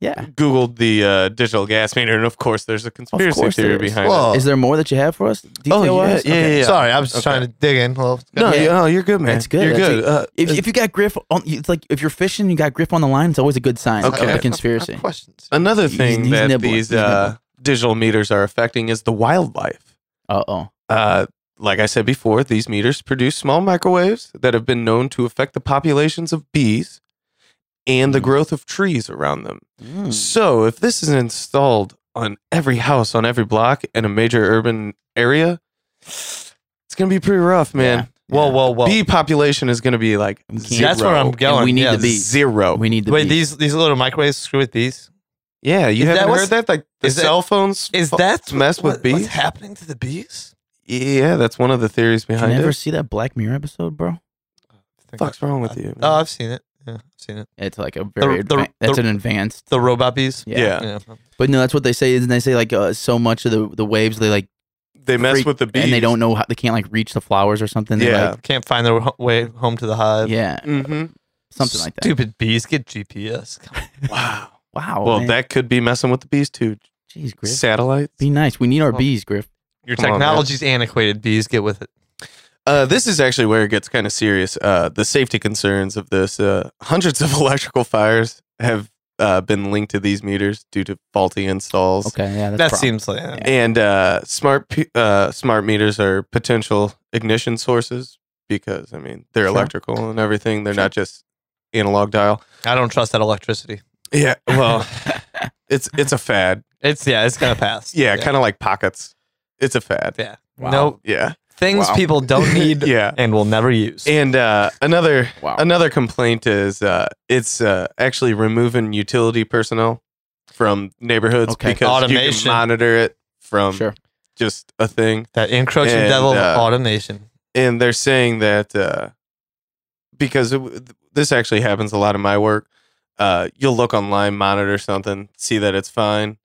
Yeah. googled the uh, digital gas meter, and of course, there's a conspiracy course theory there is. behind Whoa. it. Is there more that you have for us? Oh, yeah, Detail-wise? yeah, yeah, yeah. Sorry, I was just Okay. trying to dig in. Well, No, Yeah. you, no, you're good, man. That's good. You're That's good. Uh, If, if you got Griff on, it's like if you're fishing, you got Griff on the line. It's always a good sign. Okay. of a conspiracy. questions. another he's- thing he's that nibbling. these He's uh, nibbling. digital meters are affecting is the wildlife. Uh oh. Uh, like I said before, these meters produce small microwaves that have been known to affect the populations of bees and the Hmm. Mm. growth of trees around them. So, if this is installed on every house on every block in a major urban area, it's gonna be pretty rough, man. Whoa, whoa, whoa! Bee population is gonna be like We can't- zero. That's where I'm going. we need yes. to be- zero. We need the Wait, beat. these these little microwaves screw with bees. yeah, you Is that haven't what's- heard that? Like the is that- cell phones Is fu- that mess with what- What's bees? happening to the bees? yeah, that's one of the theories Did you behind never it. see that Black Mirror episode, bro? I think Fuck's wrong with you? man? I- Oh, I've seen it. Yeah, I've seen it. It's like a very the- advan- that's the- an advanced. The robot bees. Yeah. Yeah. but no, that's what they say. Isn't they say like uh, so much of the the waves they like they mess freak- with the bees and they don't know how they can't like reach the flowers or something. They, Yeah. like, Can't find their ho- way home to the hive. yeah, hmm something like that. Stupid bees get GPS. Come on. Wow. Wow. Oh, well, man. that could be messing with the bees too. Jeez, Griff. Satellites. Be nice. We need our Oh. bees, Griff. Your Come on, man. technology's antiquated. Bees get with it. Uh, this is actually where it gets kind of serious. Uh, the safety concerns of this. Uh, hundreds of electrical fires have uh, been linked to these meters due to faulty installs. Okay, yeah, that's that prob- seems like And uh, smart p- uh, smart meters are potential ignition sources because I mean they're Sure. electrical and everything. They're not just analog dial. I don't trust that electricity. Yeah. Well, it's it's a fad. It's yeah, it's gonna pass. Yeah, kind of like pockets. It's a fad. Yeah. Wow. No Yeah. things Wow. people don't need yeah. and will never use. And uh, another Wow. another complaint is uh, it's uh, actually removing utility personnel from neighborhoods Okay. because you can Automation. monitor it from sure. just a thing. that encroaching And, devil of uh, automation. and they're saying that uh, because it, this actually happens a lot in my work. Uh, you'll look online, monitor something, see that it's fine,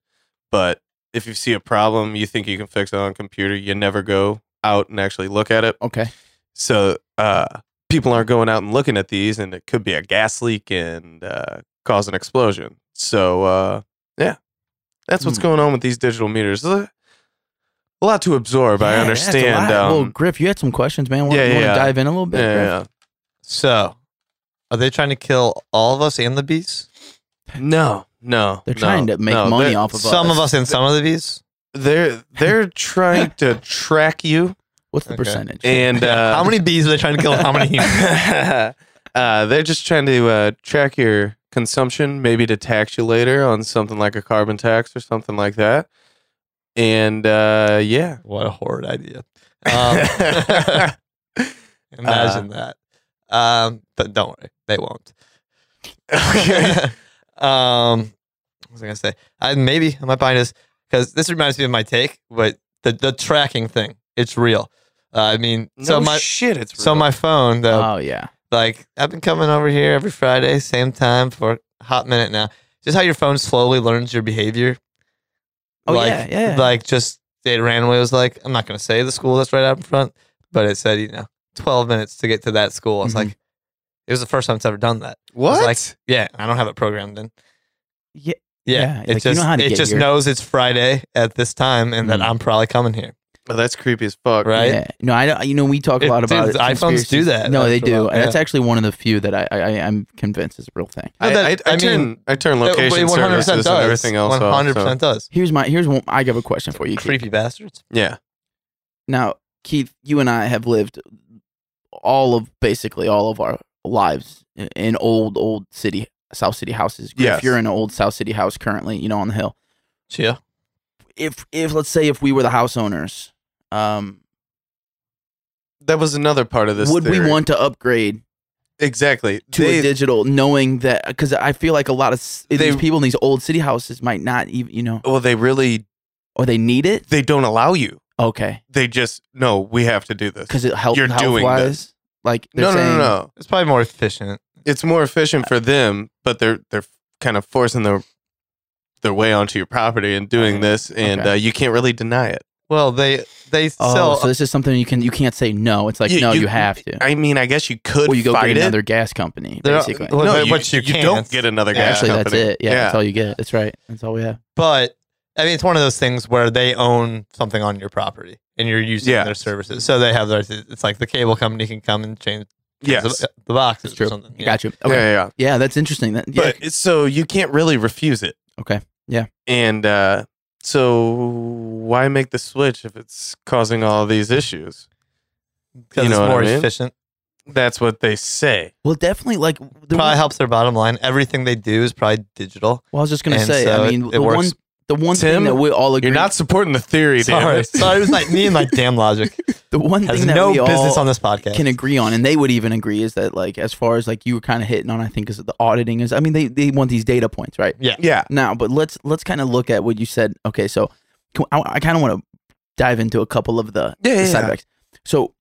but if you see a problem, you think you can fix it on a computer, you never go out and actually look at it. Okay. So uh, people aren't going out and looking at these, and it could be a gas leak and uh, cause an explosion. So uh, yeah, that's what's Hmm. going on with these digital meters. There's A a lot to absorb. Yeah, I that's a lot. understand. well, Um, Griff, you had some questions, man. Want, Yeah, you want yeah. to dive in a little bit? yeah, Griff? yeah. So, are they trying to kill all of us and the bees? No, no. They're trying to make money off. off of Some of us and some of the bees. They're they're trying to track you What's the Okay. percentage? and uh, how many bees are they trying to kill? and How many humans? uh, they're just trying to uh, track your consumption, maybe to tax you later on something like a carbon tax or something like that. And uh, yeah, What a horrid idea. Um, imagine that. Um, but don't worry, they won't. um, what was I gonna say? I maybe I might buy this because this reminds me of my take, but the the tracking thing, it's real. Uh, I mean, so No my shit, it's so real. Uh. my phone though, oh yeah. like I've been coming over here every Friday, same time for a hot minute now. Just how your phone slowly learns your behavior. Oh, like, yeah, yeah. Like just it randomly was like, I'm not gonna say the school that's right out in front, but it said, you know, twelve minutes to get to that school. I was Mhm. like, it was the first time it's ever done that. I was what? like, yeah, I don't have it programmed in. Yeah. Yeah, Yeah, like, you it just know how to it get just here. knows it's Friday at this time and that Mm. I'm probably coming here. Well, Oh, that's creepy as fuck, Right? Yeah. No, I don't. You know, we talk a It- lot about dude, it, iPhones conspiracies. do that. No, they That's a do. lot, That's yeah. actually one of the few that I, I I- I'm convinced is a real thing. No, I, that- I, I, I mean- uh, turn I turn location It services and everything else off, so- One hundred percent does. Here's my here's one. I got a question for you. Keith. Creepy bastards. Yeah, Now, Keith, you and I have lived all of basically all of our lives in, in old old city South City houses. Griff, Yes. you're in an old South City house currently. You know, on the hill. Yeah. If if let's say if we were the house owners, um, that was another part of this. would we theory. want to upgrade exactly to They- a digital, knowing that because I feel like a lot of s They- these people in these old city houses might not even you know Well, they really or they need it. they don't allow you. Okay, They just no. We have to do this. because it helps. You're doing wise. Like they're No, no, saying, no, no. It's probably more efficient. It's more efficient for them, but they're they're kind of forcing their their way onto your property and doing Okay. this, and Okay. uh, you can't really deny it. Well, they they Oh, sell so this is something you can you can't say no. It's like You- no, you- you, have to. I mean, I guess you could or you go fight get it. another gas company, There are- basically. well, no, but- but you can't. don't get another Yeah, gas Actually, that's company. it. Yeah, that's all you get. That's right. That's all we have. but I mean, it's one of those things where they own something on your property and you're using Yeah. their services. So they have their, it's like the cable company can come and change Yes. the, the boxes That's true. or something. I Yeah. Got you. Yeah, Okay. Yeah, yeah, yeah. that's interesting. That, yeah. But it's- so you can't really refuse it. Okay. Yeah. And uh, so why make the switch if it's causing all these issues? 'Cause You know it's what more I mean? efficient. That's what they say. well, definitely, like, the Probably one, helps their bottom line. Everything they do is probably digital. well, I was just going to and say, so I it- mean, it the, works. one, the one thing Tim, that we all agree You're not supporting the theory, damn Sorry. it. Sorry. It was like me and my damn logic the one has thing that no we business all on this podcast. can agree on, and they would even agree, is that, like, as far as, like, you were kind of hitting on, I think, is that the auditing is, I mean, they, they want these data points, right? yeah. Yeah. now but let's let's kind of look at what you said okay so can- i, I kind of want to dive into a couple of the, Yeah, the yeah, side yeah. effects so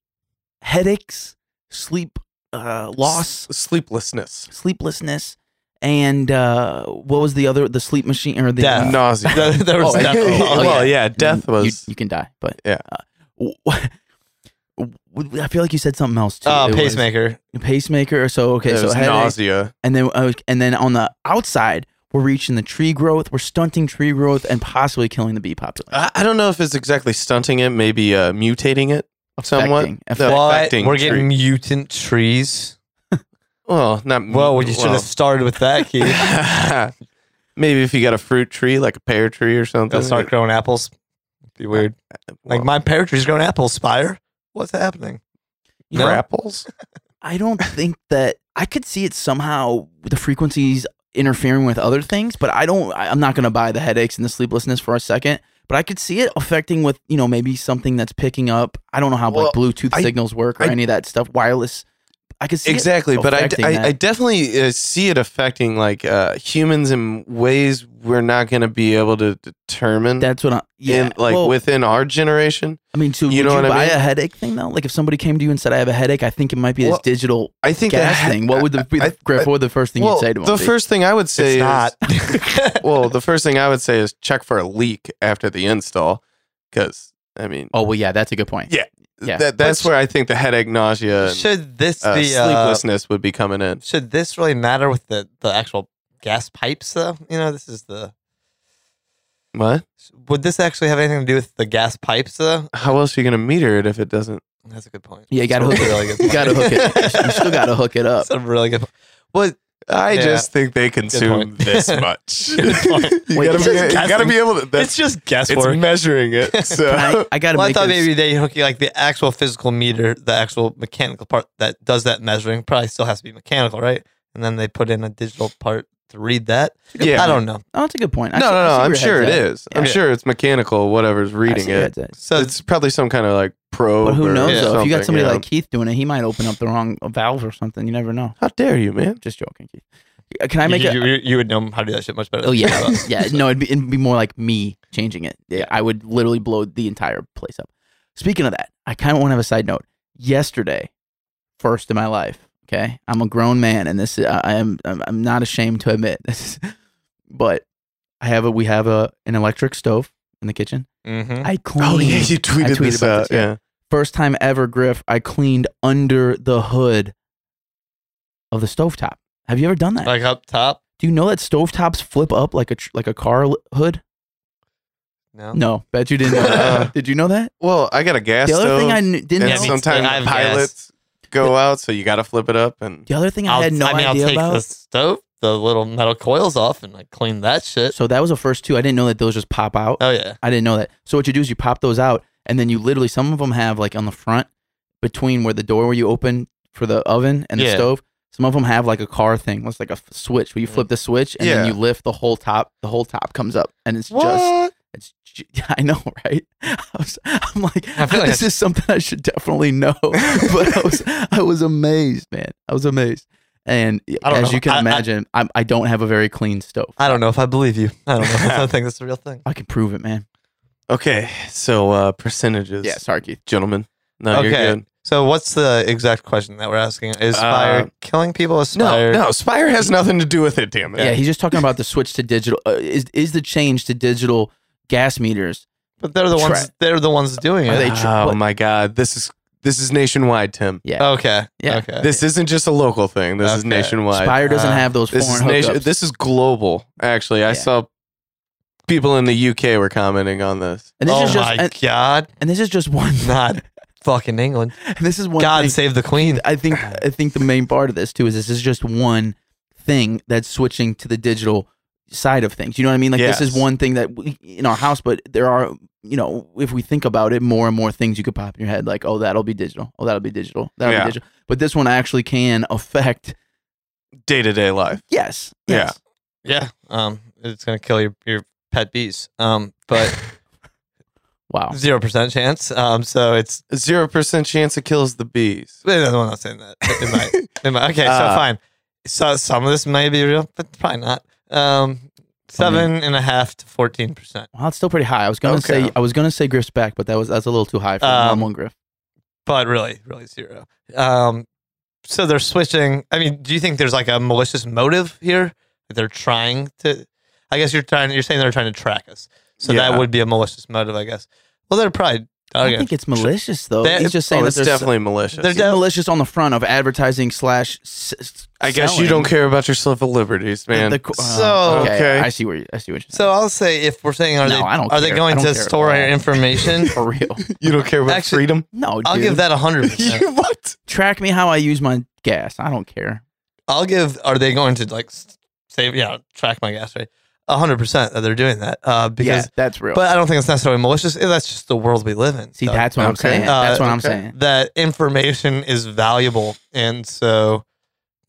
headaches sleep uh, loss S- sleeplessness. sleeplessness and uh, what was the other the sleep machine or the Death. uh, nausea. There- there was Oh, that- oh, well, yeah. yeah, death you- was you, can die but Yeah. uh, w- w- i feel like you said something else too Uh, It was pacemaker. pacemaker so okay there so was headache, nausea. and then uh, and then on the outside we're reaching the tree growth we're stunting tree growth and possibly killing the bee population I, I don't know if it's exactly stunting it, maybe uh, mutating it somewhat. Affecting- The affecting. But affecting we're tree. getting mutant trees. Mm, well, not Well, you should have started with that, Keith. have. maybe if you got a fruit tree, like a pear tree or something. uh, They'll start growing apples. Be weird. Like my pear tree's growing apples, Spire. What's happening? You know, apples. I don't think that I could see it somehow the frequencies interfering with other things, but I don't. I, I'm not going to buy the headaches and the sleeplessness for a second. But I could see it affecting with you know maybe something that's picking up. I don't know how Well, like Bluetooth I- signals work or I- any of that stuff. Wireless. I could see it exactly but I, affecting I, that. I definitely uh, see it affecting like uh, humans in ways we're not going to be able to determine that's what I yeah in, like well, within our generation I mean, so you would know you what I buy mean? a headache thing though? Like if somebody came to you and said, "I have a headache," I think it might be this Well, digital i think gas that- thing. What would the, be I- the Griff? I- What would the first thing well, you'd say to him? the be? first thing i would say it's is not. well the first thing i would say is check for a leak after the install because i mean Oh well, yeah, that's a good point. Yeah. yeah. that, that's where i think the headache nausea and, should this uh, be uh, sleeplessness would be coming in should this really matter with the, the actual gas pipes though? You know, this is the what would this actually have anything to do with the gas pipes though? how else are you going to meter it if it doesn't That's a good point. Yeah, you gotta That's hook a it. really good you gotta hook point. it. You still gotta hook it up. That's a really good. point. Well, i Yeah. just think they consume point. this much Good point. you Wait, gotta it's be, just you gotta guessing. be able to that's it's just it's guesswork. measuring it. I, So I gotta well, I make thought this- maybe they hook you like the actual physical meter, the actual mechanical part that does that measuring probably still has to be mechanical, right? And then they put in a digital part to read that. yeah, I don't know. Oh, that's a good point. I No, see- no, I see no. where I'm your sure it head's at. is. I'm Yeah. sure it's mechanical. Whatever's I see reading where your it. head's at. So it's probably some kind of like probe. But who or knows Yeah. though? If you got something, somebody yeah. like Keith doing it, he might open up the wrong valve or something. You never know. how dare you, man? Just joking, Keith. Uh, Can I make you, a? you, you would know how to do that shit much better. Oh than yeah, us. yeah. No, it'd be, it'd be more like me changing it. Yeah, I would literally blow the entire place up. Speaking of that, I kind of want to have a side note. Yesterday, first in my life. Okay, I'm a grown man, and this uh, I, I am I'm, I'm not ashamed to admit this. but I have a we have a an electric stove in the kitchen. Mhm. I clean. Mm. tweeted, Oh, tweeted about this, yeah. first time ever, Griff, I cleaned under the hood of the stovetop. Have you ever done that? Like up top. Do you know that stovetops flip up like a tr- like a car l- hood? No. No, bet you didn't. know that. Did you know that? Well, I got a gas The other stove, thing I kn- didn't and Yeah, me know. too. sometimes I have pilots go out, so you got to flip it up. And the other thing I'll- I had no I mean, idea I'll take about. the stove, the little metal coils off, and I clean that shit. So that was the first two. I didn't know that those just pop out. Oh yeah. I didn't know that. So what you do is you pop those out, and then you literally some of them have like on the front between where the door where you open for the oven and the Yeah. stove. Some of them have like a car thing. It's like a f- switch where you Mm. flip the switch and then Yeah. you lift the whole top. The whole top comes up, and it's just it's. ju- I know, right? I was, I'm like, I feel like this is something I should definitely know. but I was, I was amazed, man. I was amazed, and I don't as know. you I- can I- imagine, I, I don't have a very clean stove. I don't know if I believe you. I don't know. I don't think that's a real thing. I can prove it, man. okay, so uh, percentages, Yeah, sorry, Keith. gentlemen. No, Okay. you're good. So what's the exact question that we're asking? Is Uh, fire killing people? Is No, fire- no, Spire has nothing to do with it. Damn it. Yeah, he's just talking about the switch to digital. Uh, is is the change to digital gas meters? But they're the ones. Tra- they're the ones doing Are it. they- oh what- my God, this is this is nationwide, Tim. okay. Yeah. Okay. This isn't just a local thing. This is Okay. nationwide. Spire doesn't uh, have those This is foreign nation. hookups. This is global. Actually, I Yeah. saw people in the UK were commenting on this. and this oh is just my and, god! and this is just one. Not fucking England. and this is one. God thing. save the queen. I think Uh-huh. I think the main part of this too is this is just one thing that's switching to the digital side of things. You know what I mean? Like this is Yes. one thing that we, in our house, but there are you know if we think about it, more and more things you could pop in your head like oh that'll be digital, oh that'll be digital, that'll Yeah. be digital. But this one actually can affect. Day to day life. Yes. Yeah. yes. Yeah. Um. It's gonna kill your your pet bees. Um. But Wow. zero percent chance. Um. So it's. Zero percent chance it kills the bees. No, I'm not saying that. It might. It might. Okay. Uh, so fine. So some of this may be real, but probably not. Um. Seven and a half to fourteen percent. Well, it's still pretty high. I was gonna Okay. say I was gonna say Griff's back, but that was that's a little too high for Um, normal Griff. but really, really zero. Um, so they're switching. I mean, do you think there's like a malicious motive here? That They're trying to. I guess you're trying. You're saying they're trying to track us. So Yeah. that would be a malicious motive, I guess. Well, they're probably. I Okay. think it's malicious though. That- He's just saying Oh, that it's there's definitely malicious. There's it's malicious on the front of advertising slash. s- s- I guess selling. you don't care about your civil liberties, man. The- the- uh, So- okay. Okay. I see where you, I see what you're saying. So I'll say if we're saying are No, they I don't are they care. going I don't to care at store all. your information? for real. you don't care about Actually- freedom. No, I'll dude. give that hundred percent. You- what? Track me how I use my gas. I don't care. I'll give. Are they going to like s- save? Yeah, track my gas rate. hundred percent that they're doing that uh, Because because. that's real. But I don't think it's necessarily malicious. eh, That's just the world we live in. see, So- that's what I'm Okay. saying. Uh, that's what I'm okay. saying. that information is valuable and so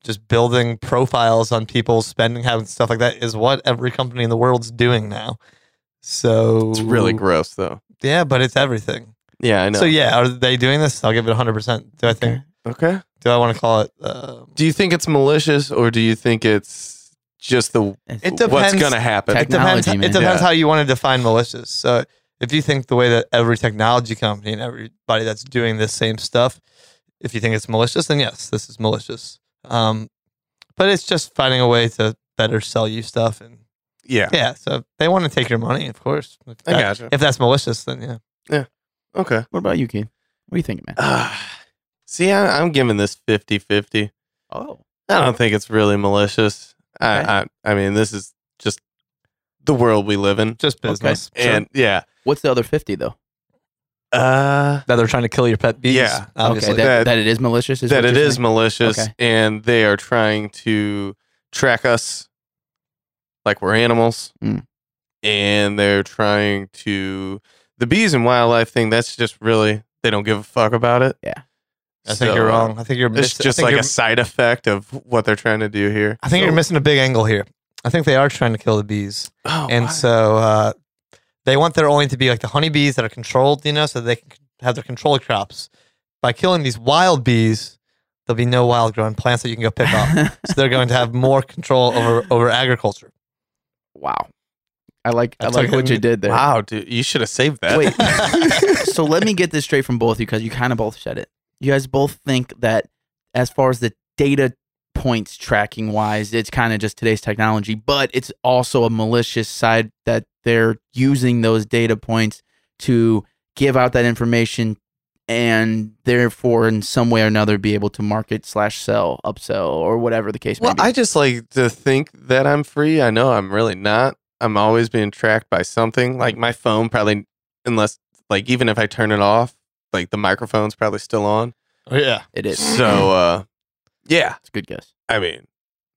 just building profiles on people's spending habits stuff like that is what every company in the world's doing now so It's really gross, though. yeah but it's everything Yeah, I know. so yeah are they doing this i'll give it 100% do i think Okay. Do I want to call it? Um, Do you think it's malicious or do you think it's just the It what's depends. going to happen? it depends. Technology, man. It depends Yeah. how you want to define malicious. So if you think the way that every technology company and everybody that's doing this same stuff, if you think it's malicious, then yes, this is malicious. Um, but it's just finding a way to better sell you stuff, and yeah. yeah. So if they want to take your money, of course. If, I that- gotcha. if that's malicious, then yeah. Okay. What about you, Keith? What do you think, man? Ah, see, I, I'm giving this 50 50. Oh, I don't think it's really malicious. I, Okay. I, I mean, this is just the world we live in. Just business. And yeah. what's the other fifty though? Uh, that they're trying to kill your pet bees. Yeah. obviously. okay, that, That- that it is malicious. Is that what it you're is saying? malicious Okay. and they are trying to track us like we're animals Mm. and they're trying to the bees and wildlife thing that's just really they don't give a fuck about it Yeah. I So, think you're wrong. I think you're. it's missing- I just think like you're- a side effect of what they're trying to do here I think So- you're missing a big angle here. I think they are trying to kill the bees, oh, and why? so uh, they want there only to be like the honeybees that are controlled, you know, so they can have their control crops. By killing these wild bees, there'll be no wild grown plants that you can go pick up. so they're going to have more control over over agriculture. wow. I like I That's like like what a- you did there. wow dude you should have saved that Wait. so let me get this straight from both of you because you kind of both said it. You guys both think that as far as the data points tracking wise, it's kind of just today's technology, but it's also a malicious side that they're using those data points to give out that information and therefore in some way or another be able to market slash sell upsell or whatever the case may Well, be I just like to think that I'm free. I know I'm really not. I'm always being tracked by something. Like my phone probably unless like even if I turn it off, like the microphone's probably still on. yeah, it is So uh yeah, it's a good guess I mean,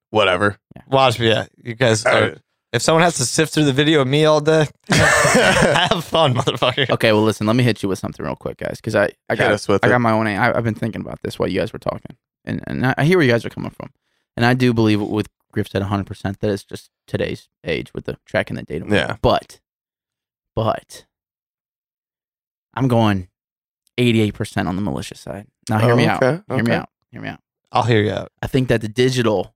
whatever. watch me. Yeah, you guys. All Are, right. If someone has to sift through the video of me all day, have fun, motherfucker. okay well listen let me hit you with something real quick guys because i i Hit got us with I it. got my own. I, I've been thinking about this while you guys were talking, and and I, I hear where you guys are coming from, and I do believe with Griff said 100 percent that it's just today's age with the tracking the data. Yeah. But, but, I'm going 88 percent on the malicious side. Now hear Oh, me out. okay, Hear me okay. out. Hear me out. I'll hear you out. I think that the digital,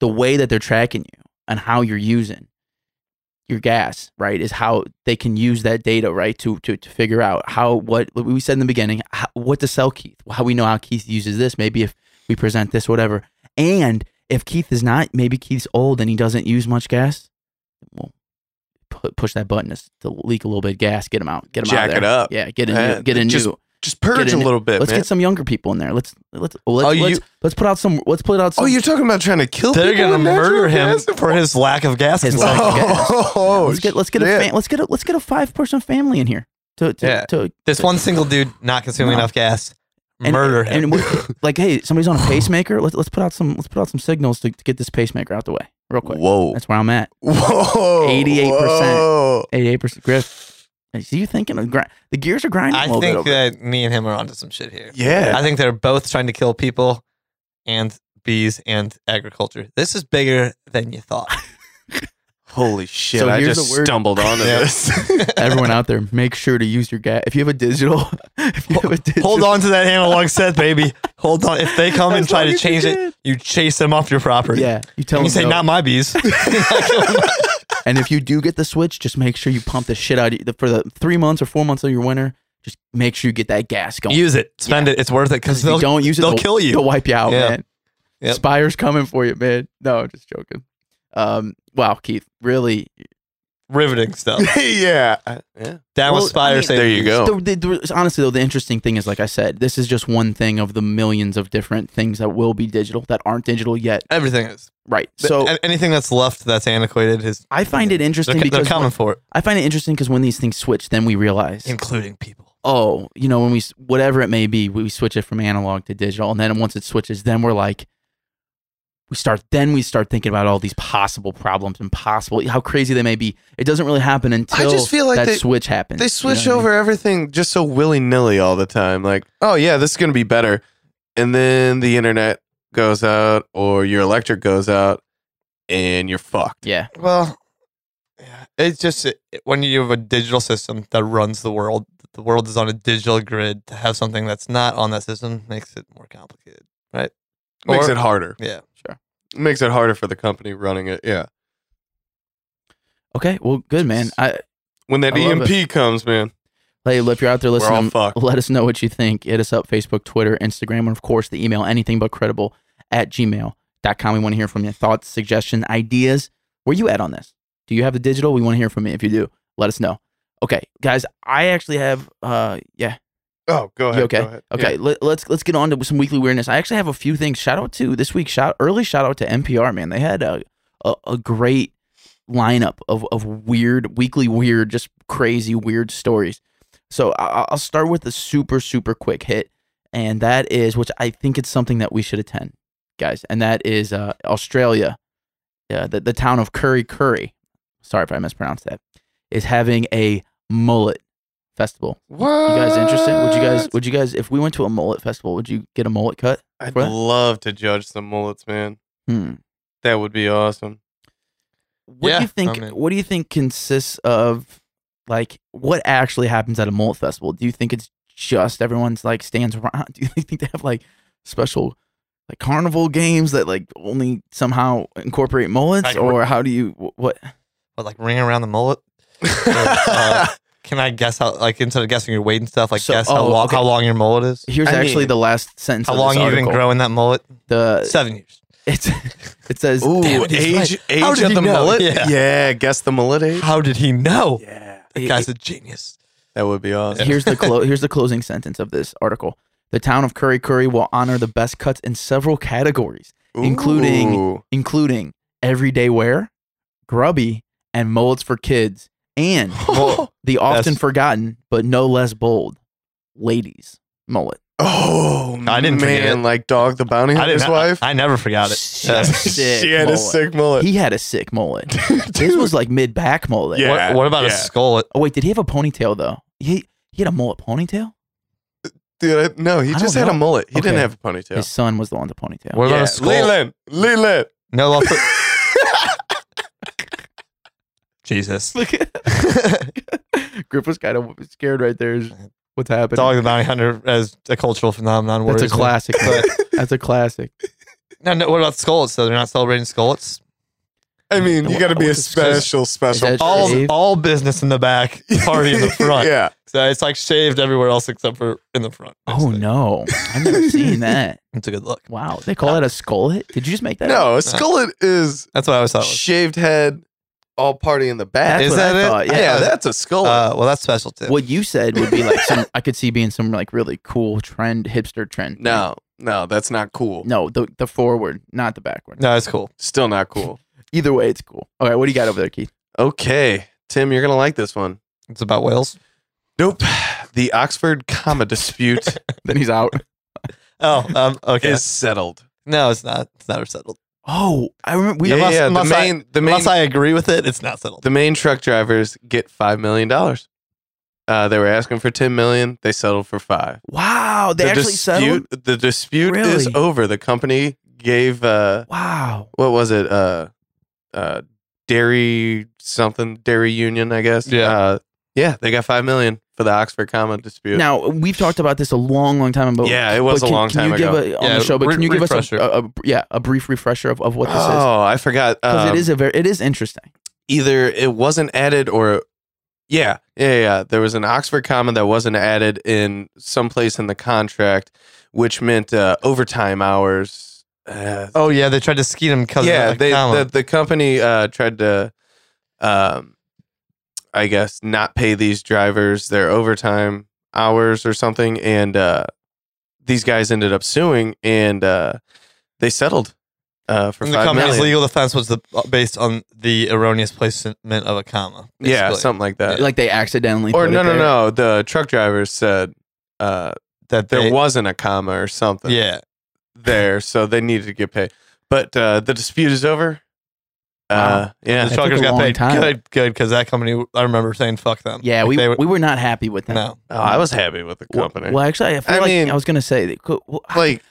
the way that they're tracking you and how you're using your gas, right, is how they can use that data, right, to to, to figure out how what, what we said in the beginning, how, what to sell Keith, how we know how Keith uses this, maybe if we present this, whatever, and if Keith is not, maybe Keith's old and he doesn't use much gas. Well, pu- push that button to, to leak a little bit of gas, get him out, get him out Jack of there. it up. Yeah, get a new, Yeah, get a just new Just purge Get a in it. little bit, let's man. get some younger people in there. Let's let's let's, Oh, let's, you- let's put out some let's put out some. oh, you're talking about trying to kill They're people gonna with natural murder him gas? for his lack of gas His consumption. lack of gas. Oh, let's get let's get shit. a fa- let's get a let's get a five person family in here to to, Yeah. to This to- one single dude not consuming No. enough gas. and- Murder him. and we- like hey somebody's on a pacemaker let's let's put out some let's put out some signals to, to get this pacemaker out the way real quick Whoa. that's where I'm at Whoa. 88%. Whoa. eighty eight percent Griff so you thinking of gri- the gears are grinding a I little bit think over. that me and him are onto some shit here. Yeah. I think they're both trying to kill people and bees and agriculture. This is bigger than you thought. Holy shit. So I here's just a word- stumbled onto Yeah. this. everyone out there make sure to use your gas if you have a digital if you have a digital Hold on to that analog set, baby. Hold on. If they come and As try long to as you change it, you chase them off your property. yeah you tell And you them say, no. not my bees. And if you do get the Switch, just make sure you pump the shit out of you for the three months or four months of your winter. Just make sure you get that gas going. use it. Spend it. It's worth it because If you they'll, don't use it, they'll kill you. They'll wipe you out, Yeah. man. Yep. Spire's coming for you, man. No, I'm just joking. Um, wow, Keith, really? riveting stuff. yeah. Yeah. Down Well, with Spire. I mean- saving There you bees. go. The- the- the- honestly, though, the interesting thing is, like I said, this is just one thing of the millions of different things that will be digital that aren't digital yet. Everything is. Right. So So anything that's left that's antiquated is. I find it interesting They're, they're because coming for it, I find it interesting because when these things switch, then we realize including people. oh, you know, when we s- whatever it may be, we switch it from analog to digital, and then once it switches, then we're like, we start then we start thinking about all these possible problems and possible how crazy they may be. It doesn't really happen until just feel like that they- switch happens. They you switch know what I mean? over everything just so willy nilly all the time. Like, oh yeah, this is gonna be better, and then the internet goes out or your electric goes out, and you're fucked. Yeah, Well, yeah, it's just it, when you have a digital system that runs the world, the world is on a digital grid, to have something that's not on that system makes it more complicated. Makes Or- it harder. Yeah. Makes it harder for the company running it. Yeah. Okay, well, good man. I When that I love EMP comes, man. hey, if you're out there We're all listening, fucked. let us know what you think. Hit us up Facebook, Twitter, Instagram, and of course the email anything but credible at gmail.com. We want to hear from you. Thoughts, suggestions, ideas. Where you at on this? Do you have the digital? We want to hear from you. If you do, let us know. Okay, guys, I actually have uh yeah, Oh, go ahead. You okay? go ahead. Okay, Yeah. let, let's let's get on to some weekly weirdness. I actually have a few things. Shout out to this week. Shout early shout out to NPR. Man, they had a a, a great lineup of of weird weekly weird, just crazy weird stories. So I, I- I'll start with a super super quick hit, and that is which I think it's something that we should attend, guys. And that is uh, Australia, yeah, the the town of Curry Curry. Sorry if I mispronounced that. Is having a mullet festival. You guys interested? Would you guys? What? Would you guys? If we went to a mullet festival, would you get a mullet cut? I'd for that? love to judge some mullets, man. Hmm. That would be awesome. What Yeah, do you think? I'm in. What do you think consists of? Like, what actually happens at a mullet festival? Do you think it's just everyone's like stands around? Do you think they have like special like carnival games that like only somehow incorporate mullets, Like, or how do you wh- what? But like ring around the mullet. uh, Can I guess how? Like instead of guessing your weight and stuff, like So- guess how, oh, lo- okay. how long your mullet is. Here's I actually mean- the Uh, last sentence. How of long this you've been article. growing? growing that mullet? The Seven years. it's it says Ooh, Damn it, he's age, right. age How of did he the know? mullet. Yeah. guess the mullet age. How did he know? Yeah, That guy's a genius. that would be awesome. here's the clo- here's the closing sentence of this article. The town of Curry Curry will honor the best cuts in several categories, including- Ooh. including everyday wear, grubby, and mullets for kids, and Oh, the often That's- forgotten but no less bold ladies mullet. I didn't forget oh, man, it. like dog the bounty I didn't. hunter's wife. I, I never forgot it. She had a sick she had a mullet. sick mullet. He had a sick mullet. His Dude. was like mid back mullet. Yeah. what, what about a yeah. skull? Oh wait, did he have a ponytail though? He he had a mullet ponytail. Dude, I, no, he I don't just had know. a mullet. He Okay. didn't have a ponytail. His son was the one with the ponytail. What about yeah. a skull? Leland, Leland. No love. Jesus. Look at Griff was kind of scared right there. He's- What's happening? Dog the Bounty Hunter as a cultural phenomenon. That's a worries me. classic. But That's a classic. no, no. What about skullets? So they're not celebrating skullets. I mean, you got to be a What's this? special, special. Is that All Shave. all business in the back, party in the front. yeah, So it's like shaved everywhere else except for in the front. Oh Basically. no, I've never seen that. it's a good look. Wow, they call that a skull hit. Did you just make that? up? no, a skullet is That's what I always thought. It was. shaved head, all party in the back. Is that's what that I it? thought. yeah, Yeah. that's a skull. Uh, well, that's special too. What you said would be like some. I could see being some like really cool trend, hipster trend. no, no, that's not cool. no, the the forward, not the backward. No, it's cool. Still not cool. Either way, it's cool. All right, what do you got over there, Keith? Okay, Tim, you're gonna like this one. It's about whales. Nope. The Oxford comma dispute Then he's out. Oh, um, okay. is settled. no, it's not. It's never settled. Oh, I remember. We, yeah, unless- yeah. The unless I- main, the main, Unless I agree with it, it's not settled. the main truck drivers get five million dollars. Uh, they were asking for ten million. They settled for five. Wow, they the actually settled. dispute, The dispute is Really? over. The company gave uh, Wow. what was it? Uh, uh, dairy something, dairy union, I guess. Yeah. uh, yeah. They got five million for the Oxford comma dispute. Now we've talked about this a long, long time ago. yeah, it was But a can- long can time you ago. Give a, on Yeah, the show, but re- can you give us refresher. a, a, a- yeah a brief refresher of, of what this is? oh, I forgot. Because um, it is a very it is interesting. either it wasn't added or yeah, yeah, yeah. There was an Oxford comma that wasn't added in someplace in the contract, which meant uh, overtime hours. Uh, Oh yeah, they tried to skeet him because yeah, they, comma. the, the company uh, tried to, um, I guess, not pay these drivers their overtime hours or something, and uh, these guys ended up suing, and uh, they settled uh, for And the five company's million. legal defense was the, uh, based on the erroneous placement of a comma. Yeah, basically. something like that. Like they accidentally or put no, it no, there. no. The truck drivers said uh, that there they- wasn't a comma or something Yeah, there, so they needed to get paid. But uh, the dispute is over. Uh, the yeah, took truckers a got long paid time. good, good, because that company. I remember saying "fuck them." Yeah, Like, we they were- we were not happy with that. no. oh, I was happy with the Well, company. well, actually, I, feel I like mean- I was gonna say that. co- well, I, like,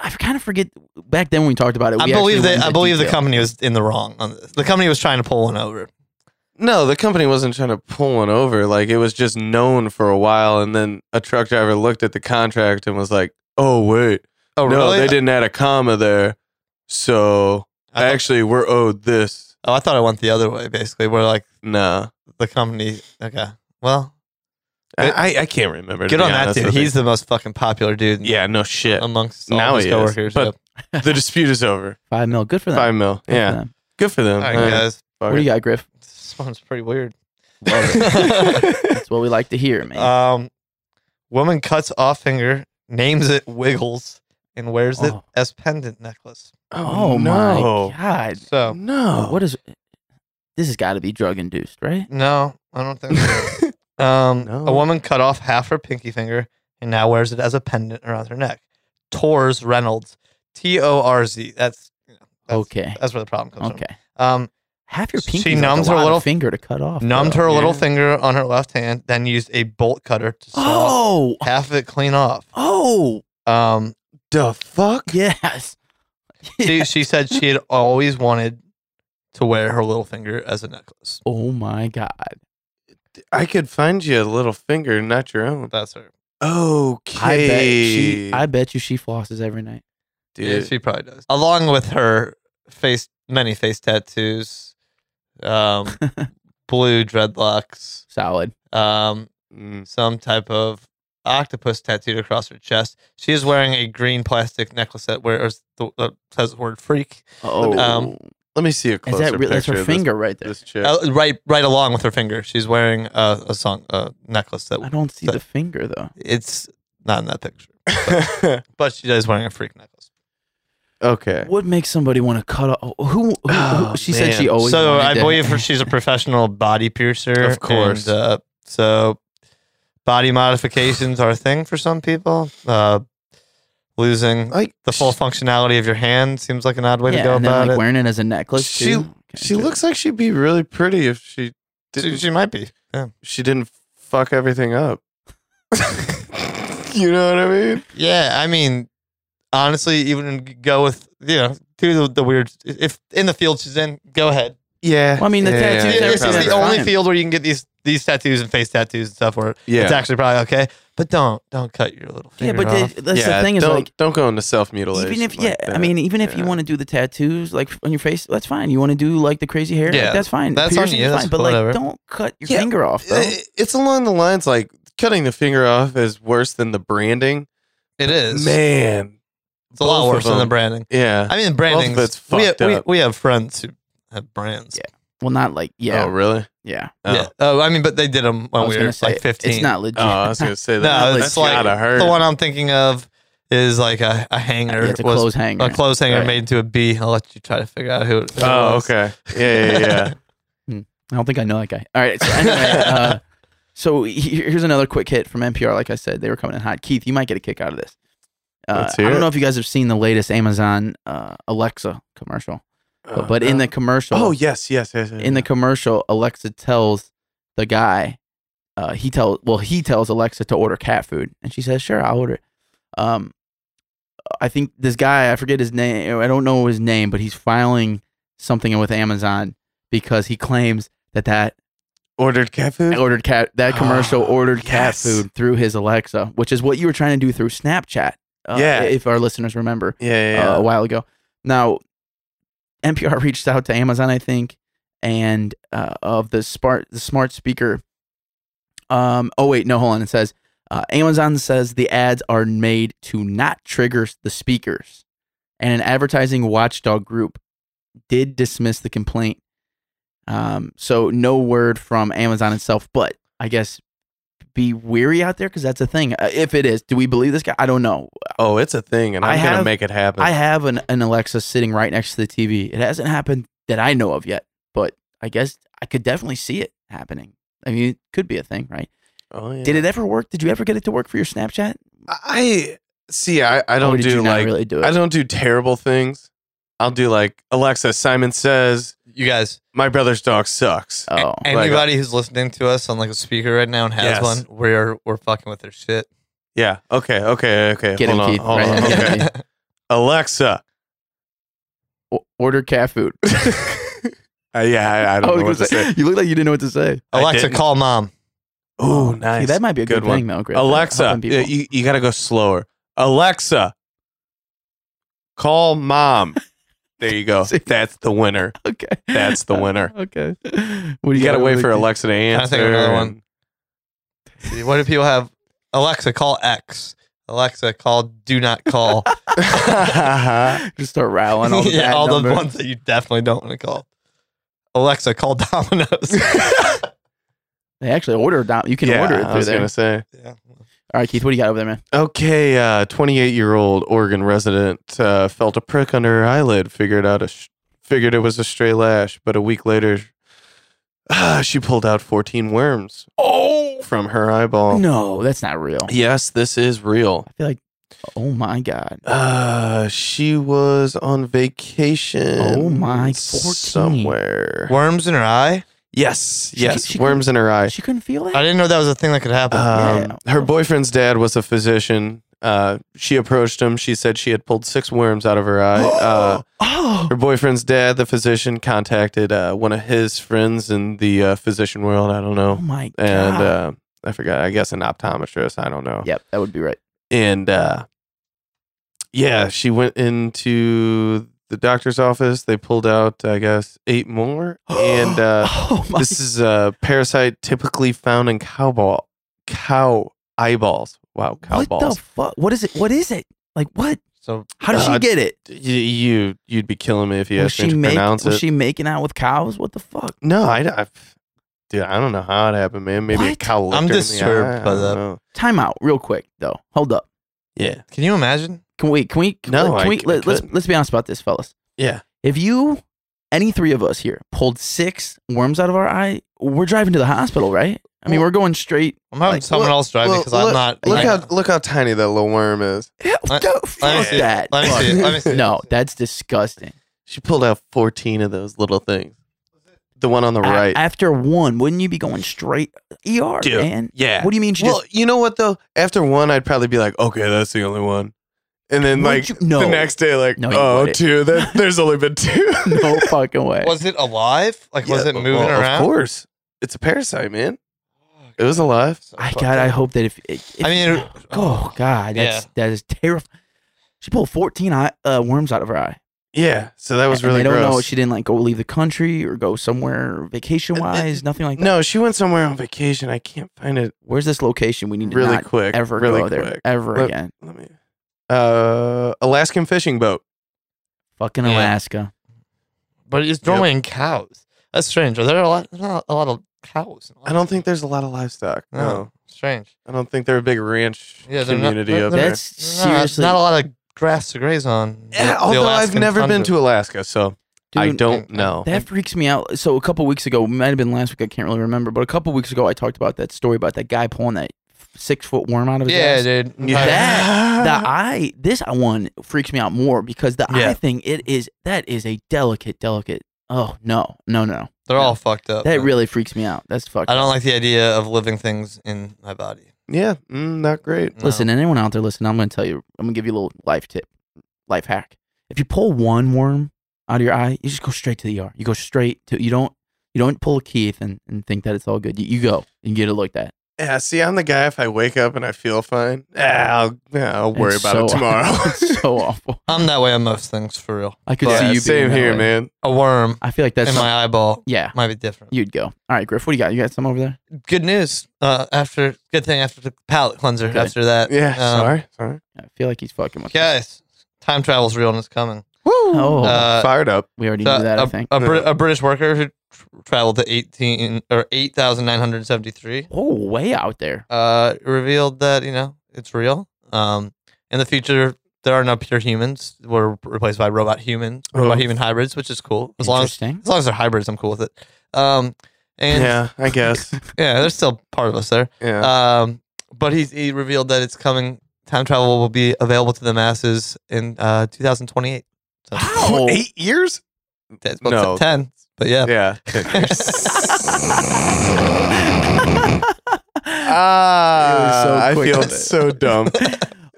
I kind of forget back then when we talked about it. I we actually believe went that I into believe the detail. company was in the wrong on this. The company was trying to pull one over. No, the company wasn't trying to pull one over. Like it was just known for a while, and then a truck driver looked at the contract and was like, "Oh wait, Oh, no, really? they didn't add a comma there, so I thought- actually we're owed this." Oh, I thought it went the other way, basically, where like Nah, the company. Okay. Well, I, I, I can't remember. to get be on that honest dude. with you. He's the most fucking popular dude. yeah, no shit. Um, Amongst all Now his he is, coworkers. but- yep. the dispute is over. Five mil. Good for them. Five mil. Good for Yeah, them. good for them. all right, Yeah. guys. Fuck What do it. you got, Griff? This one's pretty weird. That's what we like to hear, man. um, woman cuts off finger, names it Wiggles, and wears it Oh. as pendant necklace. oh no. my god. Oh, So No. What is this has got to be drug induced, right? no, I don't think. so. Um, No. A woman cut off half her pinky finger and now wears it as a pendant around her neck. Tors Reynolds, T O R Z. That's, you know, that's okay. That's where the problem comes Okay. from. Um, Half your She pinky. She numbs numbs her like a little- little finger to cut off. numbed bro. her little Yeah. finger on her left hand, then used a bolt cutter to saw Oh. half of it clean off. Oh. Um, the fuck? Yes. she, she said she had always wanted to wear her little finger as a necklace. Oh my god. I could find you a little finger, not your own. That's her. Okay. I bet she. I bet you she flosses every night. Yeah, Dude. she probably does. Along with her face, many face tattoos, um, blue dreadlocks, Solid. um, Mm. some type of octopus tattooed across her chest. She is wearing a green plastic necklace that wears the, uh, says the word "freak" Oh. Um, Let me see a is closer that re- that's picture her of this- finger right there? This, chick. uh, right right along with her finger. She's wearing a, a song a necklace that I don't see that- the finger though. it's not in that picture, but she is wearing a freak necklace. okay. What makes somebody want to cut off? Who? who, who- Oh, she said she man. always. so wanted I to- believe her, she's a professional body piercer. Of course. and, uh, so body modifications are a thing for some people. Uh, losing Like the full functionality of your hand seems like an odd way Oh, yeah, to go and then, about like it. wearing it as a necklace. She- too. Okay, She good. looks like she'd be really pretty if she She, didn't. she She, might be. Yeah. didn't fuck everything up. you know what I mean? Yeah, I mean, honestly, even go with you know do the, the weird if in the field she's in, go ahead. Yeah. Well, I mean, the yeah, tattoos yeah, are this yeah, is probably the yeah. only fine. field where you can get these these tattoos and face tattoos and stuff where it's actually probably okay. But don't don't cut your little Yeah, finger but off. the, that's Yeah, the thing is don't, like don't go into self mutilation. even if yeah, I mean even if you want to do the tattoos like on your face, that's fine. You want to do like the crazy hair, Yeah, like, that's fine. that's on Piercing you, is that's fine, but whatever. Eh. like don't cut your Yeah, finger off though. it's along the lines like cutting the finger off is worse than the branding. it is. Man, It's a lot Both of worse than the them. branding. yeah. I mean, branding. of it's We, fucked we, up. we have friends who have brands. Yeah. well, not like yeah, Oh, really? yeah. Oh. Yeah. Oh, I mean, but they did them I when was we were gonna say like 15. It's not legit. Oh, I was gonna say that. No, that's it's like gotta hurt. the one I'm thinking of is like a, a hanger. Yeah, it's a was clothes hanger. a clothes hanger Right. made into a bee. I'll let you try to figure out who it who it Oh, was. okay. Yeah, yeah, yeah. I don't think I know that guy. All right. So anyway, uh, so he- here's another quick hit from NPR. Like I said, they were coming in hot. Keith, you might get a kick out of this. Uh, Let's hear I don't it. know if you guys have seen the latest Amazon uh, Alexa commercial, but, but in the commercial, Uh, oh yes, yes, yes. yes in the commercial, Alexa tells the guy, uh, he tells, well, he tells Alexa to order cat food, and she says, "Sure, I'll order it." Um, I think this guy, I forget his name, I don't know his name, but he's filing something with Amazon because he claims that that ordered cat food. Ah, I ordered cat that commercial ordered cat Yes. food through his Alexa, which is what you were trying to do through Snapchat. Uh, Yeah. if our listeners remember yeah, yeah. uh, yeah. a while ago. Now, NPR reached out to Amazon, I think, and uh, of the smart the smart speaker. Um. Oh wait, no, hold on. It says uh, Amazon says the ads are made to not trigger the speakers, and an advertising watchdog group did dismiss the complaint. Um. So no word from Amazon itself, but I guess be weary out there because that's a thing. Uh, if it is, do we believe this guy? I don't know. oh, it's a thing, and I'm I gonna have- make it happen. I have an, an Alexa sitting right next to the TV. It hasn't happened that I know of yet, but I guess I could definitely see it happening. I mean, it could be a thing, right? oh, yeah. Did it ever work? Did you ever get it to work for your Snapchat? I see. I, I Or don't Oh, did do you not like really do it? I don't do terrible things. I'll do like Alexa. Simon says You guys, my brother's dog sucks. oh, a- anybody who's listening to us on like a speaker right now and has Yes. one, we're we're fucking with their shit. yeah. Okay. Okay. Okay. Get hold him, on. Keith, Hold right? on. Yeah. Oh, Okay. Alexa. O- order cat food. Uh, yeah, I, I I was don't know what to gonna say. say, you look like you didn't know what to say. I Alexa, didn't. call mom. Oh, See, nice. that might be a good, one. thing though, Griff. Alexa, Helping people. yeah, you, you got to go slower. Alexa, call mom. There you go. See? That's the winner. okay, That's the winner. Okay. What do You got to got wait for Alexa? Alexa to I answer. think another one. and- See, What do people have? Alexa, call X. Alexa, call do not call. Just start rattling all the yeah, bad all the numbers. ones that you definitely don't want to call. Alexa, call Domino's. They actually order down. You can yeah, order it I through was there. gonna say. yeah. All right, Keith, what do you got over there, man? Okay, uh, 28-year-old Oregon resident uh, felt a prick under her eyelid. Figured out a sh- figured it was a stray lash, but a week later, ah, she pulled out 14 worms Oh from her eyeball. no, that's not real. Yes, this is real. I feel like, oh my god, Uh, she was on vacation. Oh my, 14. Somewhere. Worms in her eye? Yes, She- yes. she- worms in her eye. she couldn't feel I that. didn't know that was a thing that could happen. Um, Yeah. Her boyfriend's dad was a physician. Uh, she approached him. She said she had pulled six worms out of her eye. Uh, oh, her boyfriend's dad, the physician, contacted uh, one of his friends in the uh, physician world. I don't oh know. my god. And uh, I forgot. I guess an optometrist. I don't know. yep, that would be right. and uh yeah she went into the doctor's office they pulled out i guess eight more and uh oh my, this is a parasite typically found in cow ball cow eyeballs wow cow what balls the fuck? What is it? What is it? Like what? so How did Uh, she get it? Y- you you'd be killing me if you was asked me she to make, pronounce was it she making out with cows? What the fuck? no I, I dude i don't know how it happened man maybe a What? cow licked I'm her in the disturbed eye. by I don't that. know. Time out, real quick though. Hold up. yeah can you imagine? Can we? Can we? No, Can I- we? I let, us couldn't. let's be honest about this, fellas. yeah If you, any three of us here, pulled six worms out of our eye, we're driving to the hospital, right? I mean, we're going straight. I'm having Like, someone look- else drive me Well, because I'm look- not. look I- how look how tiny that little worm is Let- Don't- fuck see it. that. Let me Fuck. see it. Let me see it. No, that's disgusting. She pulled out 14 of those little things. The one on the A- right. after one, wouldn't you be going straight ER, Dude, man? yeah. What do you mean? She well, just you know what, though? After one, I'd probably be like, okay, that's the only one. And then, Wouldn't like, you- no. the next day, like, No, you oh, wouldn't. two. That, there's only been two. no fucking way. Was it alive? Like, was Yeah, it moving well, around? Of course. It's a parasite, man. It was alive. So I fucked God, I up. hope that if, if I mean, oh God, that's that is terrifying. She pulled fourteen eye, uh, worms out of her eye. Yeah. So that was And really They don't gross. know if she didn't like go leave the country or go somewhere vacation wise, nothing like that. no, she went somewhere on vacation. I can't find it Where's this location? We need to really not quick. ever really go there quick. ever Let- again. Let me. Uh, Alaskan fishing boat. Fucking Yeah. Alaska. but it's normally in cows. That's strange. Are there a lot? There's not a lot of cows. I don't think there's a lot of livestock. No. no. Strange. I don't think they're a big ranch Yeah, they're not- community they're- up they're- there. That's Not- seriously. not, a lot of grass to graze on. Yeah, The although I've Alaskan never been tundra. to Alaska, so I dude, don't know. That freaks me out. So a couple weeks ago, might have been last week. I can't really remember, but a couple weeks ago, I talked about that story about that guy pulling that six foot worm out of his Yeah, ass. dude. Yeah. That Uh-huh. the eye, this one freaks me out more because the Yeah. eye thing, it is that is a delicate, delicate. Oh no, no, no, They're all fucked up. that man. really freaks me out. That's fucked. I don't like the idea of living things in my body. Yeah, mm, not great. No. Listen, anyone out there, listen, I'm going to tell you, I'm going to give you a little life tip, life hack. If you pull one worm out of your eye, you just go straight to the ER. You go straight to, you don't, you don't pull a Keith and, and think that it's all good. You, you go and get it looked at. Yeah, see, I'm the guy. If I wake up and I feel fine, ah, I'll, yeah, I'll worry It's about it so- tomorrow. it's so awful. I'm that way on most things for real. I could Yeah, see you yeah, being same that here, way. man. A worm I feel like that's, in my eyeball yeah, might be different. you'd go. All right, Griff, what do you got? You got some over there? Good news. Uh, after good thing after the palate cleanser. Good. After that, Yeah, um, Uh, sorry, sorry. I feel like he's fucking with us. guys, time travel's real and it's coming. Oh, Uh, Fired up. we already So knew that, a, I think. a Brit- a British worker who tr- traveled to 18 or 8,973 oh, way out there. uh, revealed that you know it's real. Um, in the future, there are no pure humans. We're replaced by robot humans, robot Oh. human hybrids, which is cool. As long as Interesting. as long as they're hybrids, I'm cool with it. Um, and yeah, yeah, I guess. yeah there's still part of us there. Yeah. Um, but he's, he revealed that it's coming. Time travel will be available to the masses in uh, 2028. So How? Eight years? that's what's No. at 10. But yeah, Yeah. so Ah, I quick feel on it. so dumb.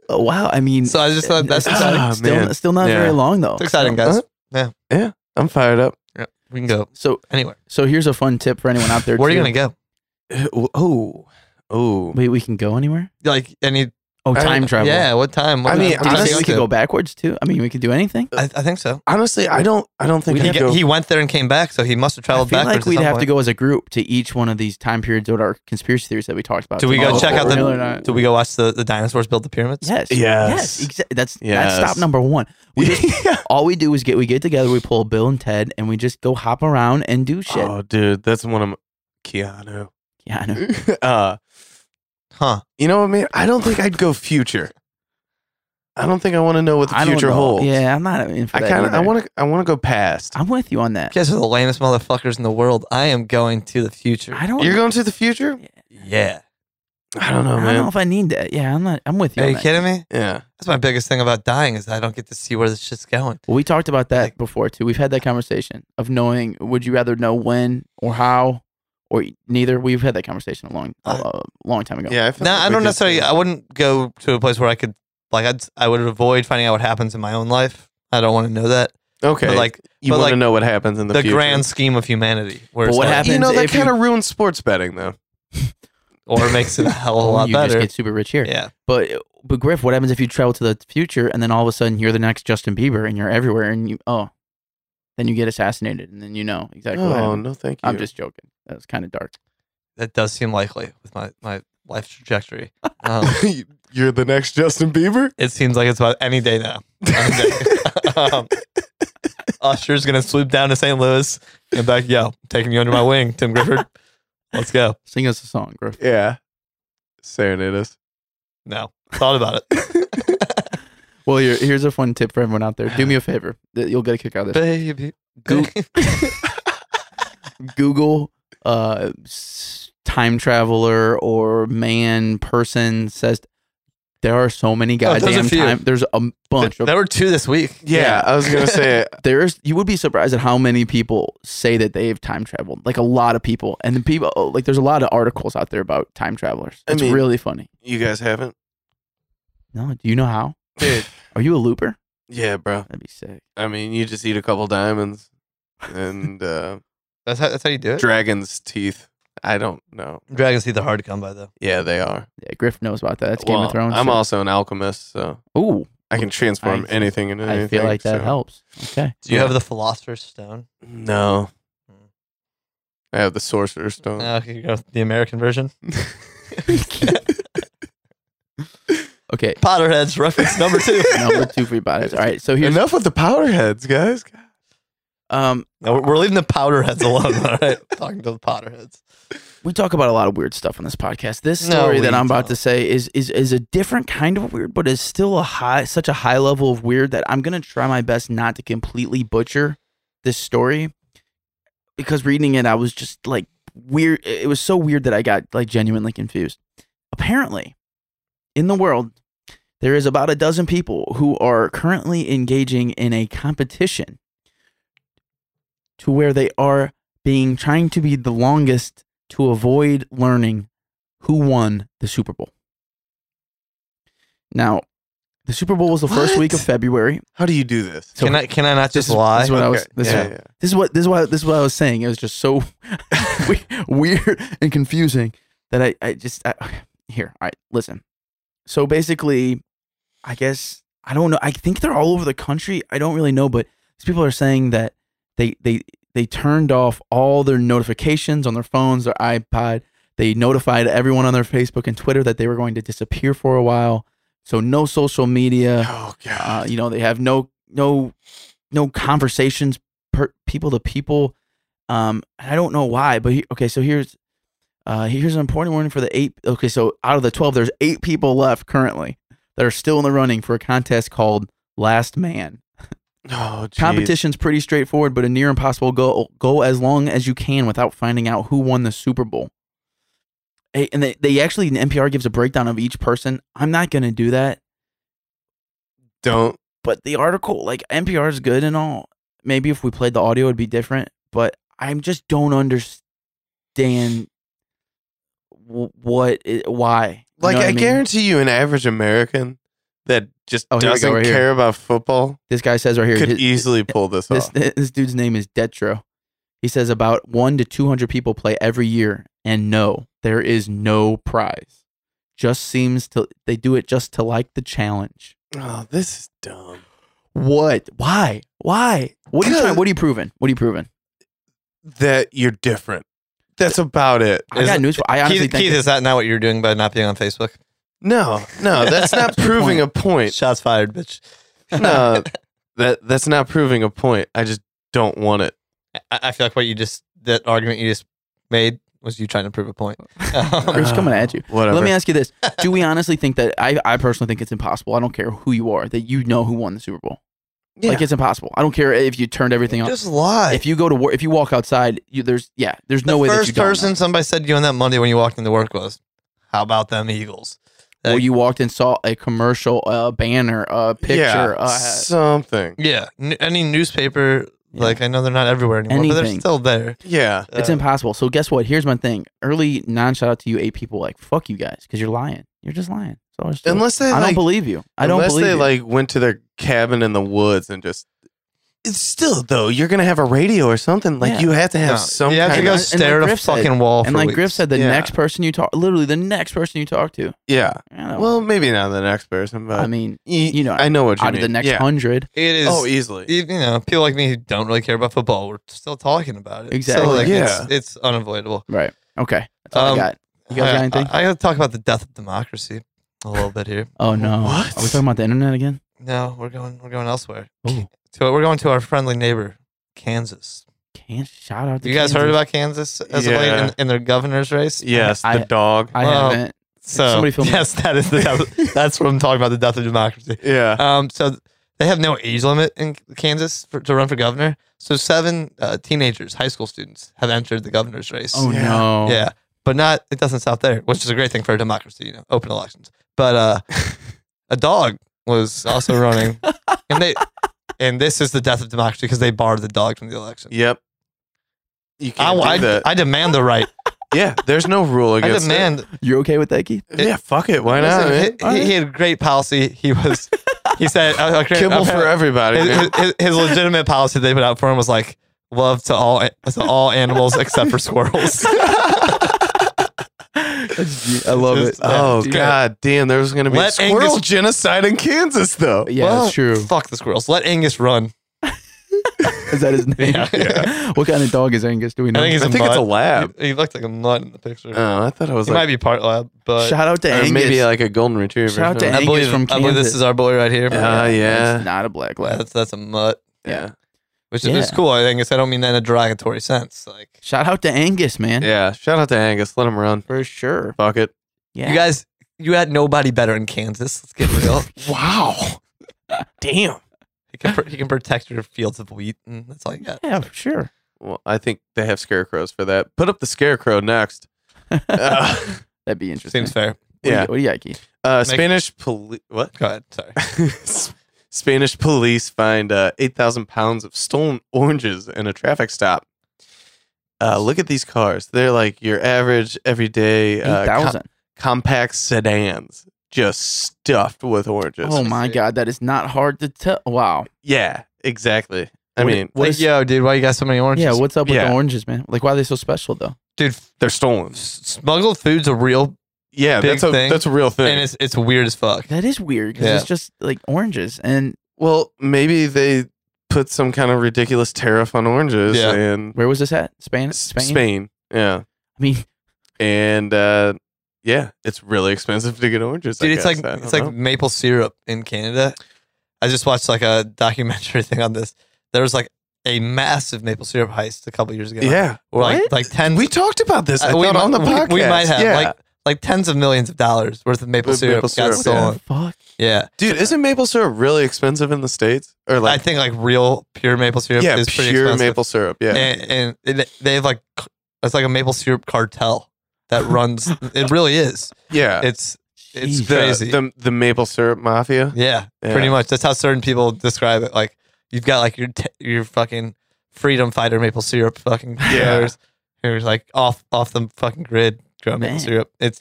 Oh, wow, I mean, uh, So I just thought that's still, Ah, still, man. still not Yeah. very long though. it's exciting, guys. I'm fired up. Yeah. We can go So anywhere. so here's a fun tip for anyone out there. Where are you too. gonna go? Oh, oh. Wait, we can go anywhere? Like any? Oh, I- time travel. Yeah. What time? What I time mean, do you Do you think think we honestly- could to- go backwards too? I mean, we could do anything. I, I think so. Honestly, I don't. I don't think He, I'd get- go. he went there and came back, so he must have I traveled feel backwards. like at we'd some have to point. go as a group to each one of these time periods with our conspiracy theories that we talked about. Do we go tomorrow. check out Really the? or not. Do we go watch the, the dinosaurs build the pyramids? Yes. Yes. Yes. Exa- that's Yes. that's stop number one. We just all we do is get we get together, we pull Bill and Ted, and we just go hop around and do shit. Oh, dude, that's one of my, Keanu. Yeah, I know. uh, Huh. you know what, man? I don't think I'd go future. I don't think I want to know what the I don't future know. holds. Yeah, I'm not in for I that. kind of. I either. want to. I want to go past. I'm with you on that. You guys are the lamest motherfuckers in the world. I am going to the future. I don't. You're going to the future? yeah. I don't I know, don't know man. if I need that. Yeah, I'm not. I'm with you. Are on you that. kidding me? Yeah. That's my biggest thing about dying is I don't get to see where this shit's going. Well, we talked about that Like- before too. We've had that conversation of knowing. Would you rather know when or how or neither? We've had that conversation a long, I- a long time ago. Yeah. I feel No, like I we don't could- necessarily. I wouldn't go to a place where I could like. I'd I would avoid finding out what happens in my own life. I don't want to know that. Okay. But like you but want to like know what happens in the, the, future. grand scheme of humanity, where But it's what like- happens You know that if you- kind of ruins sports betting, though. or makes it a hell of a Well, lot you just better. get super rich here. yeah, But but Griff, what happens if you travel to the future and then all of a sudden you're the next Justin Bieber and you're everywhere and you oh, then you get assassinated and then you know exactly. what Oh happened. no, thank you. I'm just joking. That was kind of dark. that does seem likely with my my life trajectory. Um, You're the next Justin Bieber. it seems like it's about any day now. Any day. um, Usher's gonna swoop down to St. Louis and be like, "Yo, I'm taking you under my wing, Tim Grifford. Let's go." Sing us a song, Griff. Yeah. Serenade us. No, thought about it. Well, here- here's a fun tip for everyone out there. Do me a favor. Th- You'll get a kick out of this. baby. Go- Google uh, s- time traveler or man person says there are so many Oh, there's a goddamn few. time. There's a bunch of there were two this week. Yeah, I was gonna say there's you would be surprised at how many people say that they've time traveled. Like a lot of people, and the people oh, like there's a lot of articles out there about time travelers. I It's mean- really funny. you guys haven't. No, do you know how? Dude, Are you a looper? Yeah, bro. That'd be sick. I mean, you just eat a couple diamonds and uh, that's how, that's how you do it. dragon's teeth. I don't know. Dragons teeth are hard to come by though. Yeah, they are. Yeah, Griff knows about that. That's Game Well, of Thrones. I'm shit. also an alchemist, so Ooh, I can transform I- anything into anything. I feel like that so- helps. Okay. Do you Yeah. have the Philosopher's Stone? No. Hmm. I have the sorcerer's stone. No, okay, Uh, you go with the American version. Okay. Potterheads reference number two. Number two for your bodies. All right. So here's Enough with the powderheads, guys. um No, we're- we're leaving the Powderheads alone. All right, talking to the Potterheads. we talk about a lot of weird stuff on this podcast. This No, story that we I'm about don't. to say is is is a different kind of weird, but is still a high such a high level of weird that I'm gonna try my best not to completely butcher this story. Because reading it, I was just like weird it was so weird that I got like genuinely confused. Apparently, in the world, there is about a dozen people who are currently engaging in a competition to where they are being trying to be the longest to avoid learning who won the Super Bowl. Now, the Super Bowl was the first What? week of February. How do you do this? So can I can I not this just is- lie? this is what I was- this is- yeah, yeah. this is what this is what this is what I was saying. It was just so we- weird and confusing that I I just I, here. All right, listen. So basically, I guess I don't know. I think they're all over the country. I don't really know, but these people are saying that they they they turned off all their notifications on their phones, their iPod. They notified everyone on their Facebook and Twitter that they were going to disappear for a while. So no social media uh, Oh god. you know they have no no no conversations per people to people um and i don't know why but he, okay so here's uh here's an important warning for the eight okay so out of the 12 there's eight people left currently that are still in the running for a contest called last man oh, jeez. competition's pretty straightforward but a near impossible goal go as long as you can without finding out who won the super bowl Hey, and they, they actually npr gives a breakdown of each person i'm not gonna do that Don't. but the article like npr is good and all maybe if we played the audio it'd be different but i just don't understand wh- what it, why You Like know what I, mean? guarantee you, an average American that just Oh, here we go, doesn't right here. care about football this guy says right here could his- easily pull this this, off. this dude's name is detro He says about one to 200 people play every year, and no, there is no prize. Just seems to, they do it just to like the challenge. Oh, this is dumb. What? Why? Why? What are you trying? What are you proving? What are you proving? That you're different. That's about it. I got news for I honestly Keith, think Keith, is that not what you're doing by not being on Facebook? No, no, that's not proving a point. Shots fired, bitch. No, that that's not proving a point. I just don't want it. I, I feel like what you just that argument you just made was you trying to prove a point. Um, It's coming at you. Uh, Whatever. Let me ask you this: Do we honestly think that I, I personally think it's impossible? I don't care who you are, that you know who won the Super Bowl. Like it's impossible. I don't care if you turned everything off. just lie. If you go to work, if you walk outside, you, there's yeah, there's no the way that you first don't person know. somebody said to you on that Monday when you walked into work was, "How about them Eagles?" Or you walked and saw a commercial, a banner, a picture, yeah, uh, something. Yeah, n- any newspaper. Yeah. uh, Like I know they're not everywhere anymore, but they're Anything. still there. Yeah, it's Uh, impossible. So guess what? Here's my thing. Early non shout out to you eight people like fuck you guys because you're lying. You're just lying. So I unless they I like, don't believe you. I don't unless believe they you. like went to their cabin in the woods and just. It's still though. You're gonna have a radio or something. Like Yeah. you have to have no, some. you have to kind go And- of- and like stare at a Griff said- fucking wall. and for like weeks. Griff said, the Yeah. next person you talk, literally the next person you talk to. yeah. I don't know. Well, maybe not the next person, but I mean, y- you know, I know what Uh, out you of mean. the next yeah. hundred, it is. Oh, easily. you you know, people like me who don't really care about football, we're still talking about it. Exactly. So, like, Yeah. it's, it's unavoidable. right? Okay, that's all Um, I got. You guys got anything? I, I gotta talk about the death of democracy a little bit here. Oh no, What? are we talking about the internet again? No, we're going we're going elsewhere. Ooh. To we're going to our friendly neighbor, Kansas. Can't shout out. To you guys heard about Kansas. Kansas as of late Yeah. in, in their governor's race? Yes, I- the dog. I Well, haven't. So somebody film that. yes, that is the that's what I'm talking about. The death of democracy. yeah. Um, so they have no age limit in Kansas for, to run for governor. So seven uh, teenagers, high school students, have entered the governor's race. Oh Yeah. no. Yeah, but not it doesn't stop there, which is a great thing for a democracy, you know, open elections. But uh, a dog was also running, and they and this is the death of democracy because they barred the dog from the election. Yep. You I, can't do I, that. I demand the right. yeah, there's no rule I against demand. You're okay with that, Keith? it. Yeah, fuck it. Why not? Listen, man? he- he, he had great policy. He was. He said, uh, okay, Kibble okay. for everybody. His, man. his, his legitimate policy they put out for him was like love to all to all animals except for squirrels. I love Just- it. Oh dude. god damn! There was gonna be Let squirrel Angus- genocide in Kansas, though. Yeah, Well, that's true. Fuck the squirrels. Let Angus run. Is that his name? Yeah. what kind of dog is Angus? Do we know? think he's I a think it's a mutt. lab. He, he looked like a nut in the picture. Oh, I thought it was he like, might be part lab, but shout out to or Angus. maybe like a golden retriever. Shout out to No. I Angus believe from I believe this Kansas. is our boy right here. but- Uh, yeah. It's not a black lab. that's that's a mutt, yeah, which is it's Yeah. cool. I think I don't mean that in a derogatory sense. Like Shout out to Angus, man. yeah. Shout out to Angus. Let him run. For sure. Fuck it. Yeah. you guys, you had nobody better in Kansas. Let's get real. Wow. damn. he can pr- he can protect your fields of wheat, and that's all you got. Yeah, for sure. Well, I think they have scarecrows for that. Put up the scarecrow next. Uh, That'd be interesting. Seems fair. What do you- yeah. What do you got, Keith? Uh, Make- Spanish police. What? Go ahead. Sorry. Spanish police find uh, 8,000 pounds of stolen oranges in a traffic stop. Uh, look at these cars. They're like your average, everyday uh, Eight com- thousand. compact sedans, just stuffed with oranges. Oh my god, that is not hard to tell. Wow. Yeah, exactly. I What- mean, what Hey, is- yo, dude, why you got so many oranges? Yeah, what's up with Yeah. the oranges, man? Like, why are they so special though? dude? they're stolen. s- Smuggled food's a real, Yeah, Big that's a thing. that's a real thing. and it's it's weird as fuck. That is weird because Yeah. it's just like oranges, and well, maybe they put some kind of ridiculous tariff on oranges Yeah. and where was this at? Spain. Spain. Spain. Spain. Yeah. I mean, and uh, yeah, it's really expensive to get oranges. I Dude, it's guess. like I don't it's like know. maple syrup in Canada. I just watched like a documentary thing on this. There was like a massive maple syrup heist a couple years ago. yeah. Or, like What? like ten. We talked about this. I uh, we thought, on the might- podcast. we, we might have Yeah. like like tens of millions of dollars worth of maple With syrup maple got syrup, stolen. fuck. Yeah. dude, isn't maple syrup really expensive in the states? Or like, I think like real pure maple syrup yeah, is pretty pure expensive. maple syrup. Yeah, and, and it- they have like c- it's like a maple syrup cartel that runs. it really is. yeah. It's it's Jeez. the, crazy. The the maple syrup mafia. Yeah, Yeah. pretty much. That's how certain people describe it. Like you've got like your t- your fucking freedom fighter maple syrup fucking Yeah. players who's like off off the fucking grid growing maple Man. syrup. It's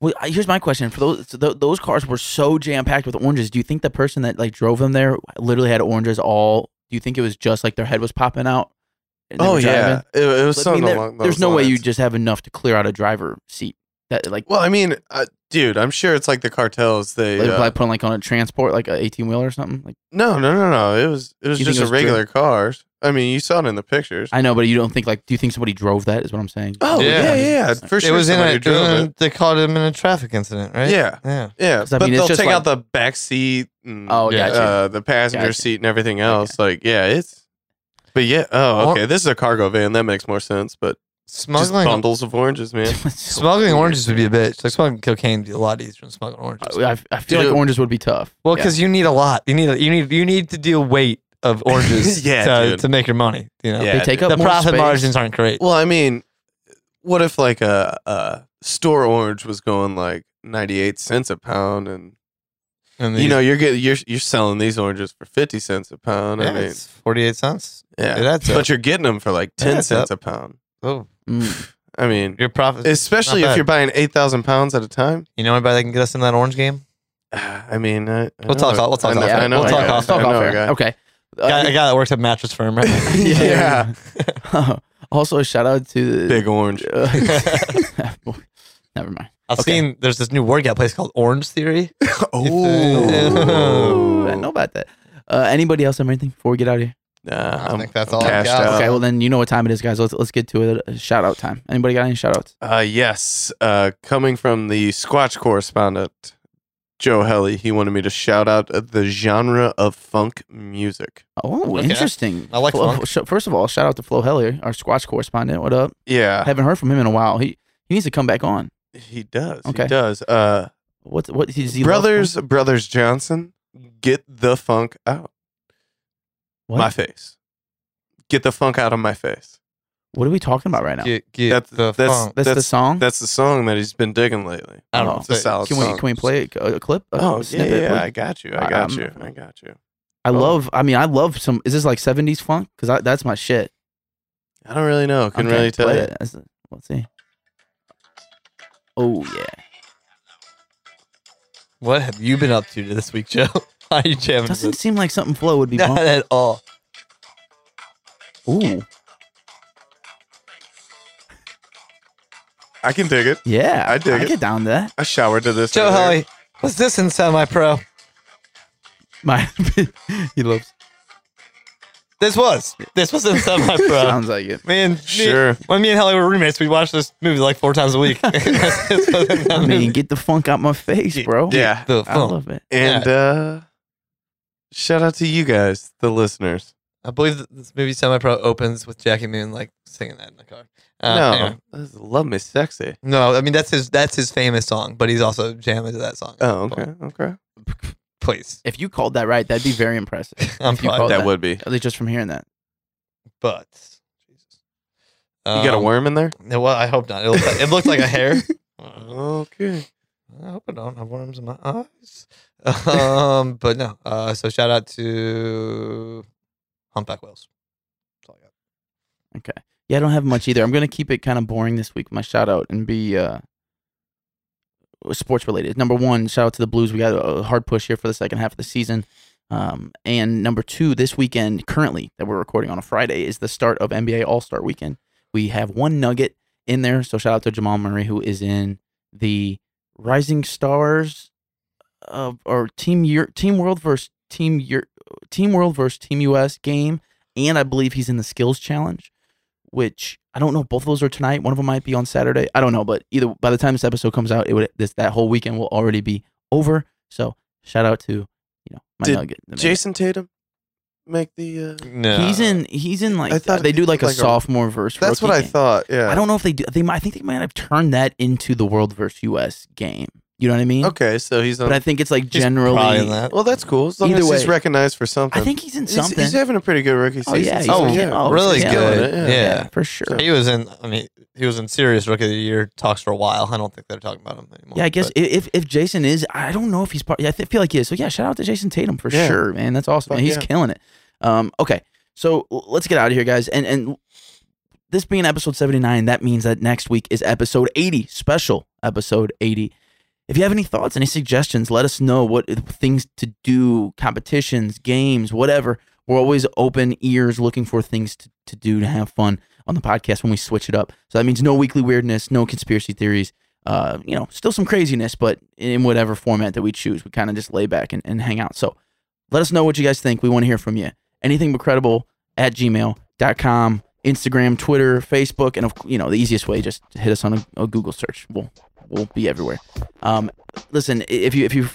Well, I- here's my question: For those so tho- those cars were so jam packed with oranges, do you think the person that like drove them there literally had oranges all? Do you think it was just like their head was popping out? and they Oh were yeah, driving. it, it was Like, I mean, something there- along those there's no way you lines. just have enough to clear out a driver seat. That like Well, I mean, uh, dude, I'm sure it's like the cartels. They like, uh, like putting like on a transport, like an eighteen wheeler or something. Like no, no, no, no. It was it was You think just it a was drink- regular cars. I mean, you saw it in the pictures. I know, but you don't think like do you think somebody drove that? Is what I'm saying. oh Yeah. yeah, yeah, yeah. Like, For sure, it was in a, somebody it drove was in- it. they called him in a traffic incident, right? Yeah, Yeah. yeah. 'Cause, I but mean, it's they'll just take like- out the back seat. And, oh, Yeah. gotcha. uh, the passenger Gotcha. seat and everything else. Like, yeah, it's. But yeah, oh, Or- okay. This is a cargo van. That makes more sense. But just Smuggling bundles of oranges, man. smuggling oranges would be a bitch. Like smuggling cocaine would be a lot easier than smuggling Oh, oranges. I, I feel Dude. like oranges would be tough. Well, Yeah. because you need a lot. You need a, you need you need to deal weight of oranges Yeah, to, dude. to make your money. You know, Yeah. they take up the more profit space. margins aren't great. Well, I mean, what if like a, a store orange was going like ninety eight cents a pound, and And you these- know you're getting you're you're selling these oranges for fifty cents a pound. yeah, I mean, it's forty-eight cents. yeah, that's but up. you're getting them for like ten That's cents a pound. Oh, Mm. I mean, your profit, especially not if bad. you're buying eight thousand pounds at a time. You know anybody that can get us in that orange game? Ah, I mean, I, I We'll know talk it. off- we'll talk I know- off Yeah, I know we'll a talk guy. off- talk I know off a air. guy. Okay. Uh, Guy, a guy that works at Mattress Firm, right? yeah, uh, also, shout out to big orange. Uh, never mind. I've Okay. seen there's this new workout place called Orange Theory. Ooh, I didn't know about that. Uh, anybody else have anything before we get out of here? Nah, I I'm think that's all I've cashed got. out. okay, well then you know what time it is, guys. Let's let's get to it. Uh, Shout out time. Anybody got any shout outs? Uh, yes. Uh, coming from the Squatch correspondent, Joe Helly, he wanted me to shout out uh, the genre of funk music. Oh, Okay. interesting. I like Flo, funk. sh- First of all, shout out to Flo Hellier, our Squatch correspondent. What up? Yeah, Haven't heard from him in a while. He he needs to come back on. he does. Okay. He does. Uh, What what is he? love- brothers, brothers Johnson, get the funk out What? my face. Get the funk out of my face. What are we talking about right now? Get, get That's- the that's- funk. That's, the That's- song. That's the song that he's been digging lately. I don't know. It's a solid can we song. can we play a, a clip? A Oh yeah, snippet, yeah, please? I got you. I I- got I'm- you. I got you. I love. I mean, I love some. Is this like seventies funk? Because that's my shit. I don't really know. Can Okay, really tell play you. it. That's- Let's see. Oh yeah. What have you been up to this week, Joe? Why are you jamming? to Doesn't this? seem like something Flo would be. Not bump- at all. Ooh. I can dig it. Yeah. I dig I it. get down to that. I showered to this. Joe earlier. Helly, what's this in semi-pro? My he loves. This was. This was in semi-pro. Sounds like it. Me and me, Sure. when me and Helly were roommates, we watched this movie like four times a week. This was in that I mean, movie. get the funk out my face, bro. Yeah. the I funk. love it. And uh shout out to you guys, the listeners. I believe that this movie Semi Pro opens with Jackie Moon like singing that in the car. Uh, no, anyway. this is love me sexy. no, I mean that's his that's his famous song, but he's also jamming to that song. Oh, okay, okay. please, If you called that right, that'd be very impressive. I'm If you fine. with call that, it that that. would be. You At least just from hearing that. but Jesus, got a Um, worm in there? no, Well, I hope not. It looked like, it looked like a hair. Uh, Okay. I hope I don't have worms in my eyes. Um, but no. Uh, so shout out to humpback whales. That's all I got. Okay. Yeah, I don't have much either. I'm gonna keep it kind of boring this week. My shout out and be uh sports related. Number one, shout out to the Blues. We got a hard push here for the second half of the season. Um, and number two, this weekend currently that we're recording on a Friday is the start of NBA All Star Weekend. We have one nugget in there, so shout out to Jamal Murray who is in the Rising Stars of or Team Year, Team World versus Team Year, Team World versus Team US game, and I believe he's in the Skills Challenge which I don't know. Both of those are tonight. One of them might be on Saturday. I don't know, but either by the time this episode comes out, it would this that whole weekend will already be over. So shout out to you know my Did nugget. the man. Jason Tatum make the uh No, he's in he's in like I thought they do like a like a- sophomore verse. That's what rookie I game. thought. Yeah. I don't know if they do. They might- I think they might have turned that into the World versus U.S. game. You know what I mean? Okay, so he's on But I think it's like He's probably in generally. that. Well, that's cool. As long Either as he's way. recognized for something. I think he's in he's, something. he's having a pretty good rookie oh season. yeah, he's Oh, like, yeah, oh, really yeah, good. Yeah. Yeah. Yeah, for sure. He was in. I mean, he was in serious rookie of the year talks for a while. I don't think they're talking about him anymore. Yeah, I guess but- i- if if Jason is, I don't know if he's part. yeah, I th- feel like he is. So yeah, shout out to Jason Tatum for Yeah. sure, man. That's awesome. Fuck man. He's yeah. killing it. Um, okay, so l- let's get out of here, guys. And and this being episode seventy nine, that means that next week is episode eighty, special episode eighty. If you have any uh, thoughts, any suggestions, let us know what things to do, competitions, games, whatever. We're always open ears looking for things to, to do to have fun on the podcast when we switch it up. So that means no weekly weirdness, no conspiracy theories, uh, you know, still some craziness, but in whatever format that we choose, we kind of just lay back and, and hang out. So let us know what you guys think. We want to hear from you. Anything but credible at gmail.com, Instagram, Twitter, Facebook, and of you know, the easiest way, just hit us on a, a Google search. We'll we'll be everywhere. Um, listen, i- if you if you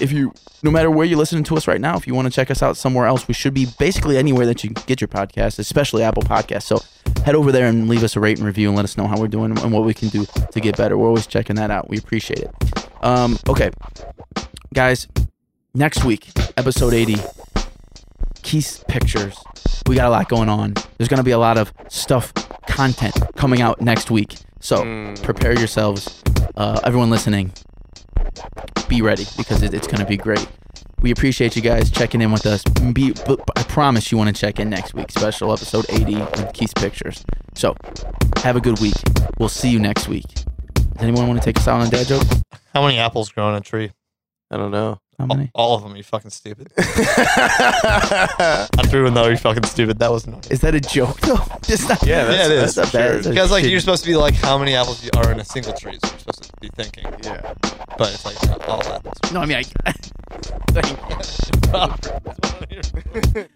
if you no matter where you're listening to us right now, if you want to check us out somewhere else, we should be basically anywhere that you can get your podcast, especially Apple Podcasts. So head over there and leave us a rate and review and let us know how we're doing and what we can do to get better. We're always checking that out. We appreciate it. Um, okay, guys, next week, episode 80, Keith's Pictures. We got a lot going on. There's going to be a lot of stuff, content coming out next week. So prepare yourselves. Uh, everyone listening, be ready because it, it's going to be great. We appreciate you guys checking in with us. Be, but I promise you want to check in next week. Special episode 80 of Keith's Pictures. So have a good week. We'll see you next week. Does anyone want to take us out on a dad joke? How many apples grow on a tree? I don't know. How All, many? all of them. You fucking stupid. I threw in though. You fucking stupid. That was annoying. Is that a joke though? It's not, Yeah, that's, Yeah, it is. that's That's not bad. absurd. Because like Shitty. you're supposed to be like how many apples are in a single tree? Is what you're supposed to be thinking. Yeah. But it's like all apples. No, I mean, I. It's one of your-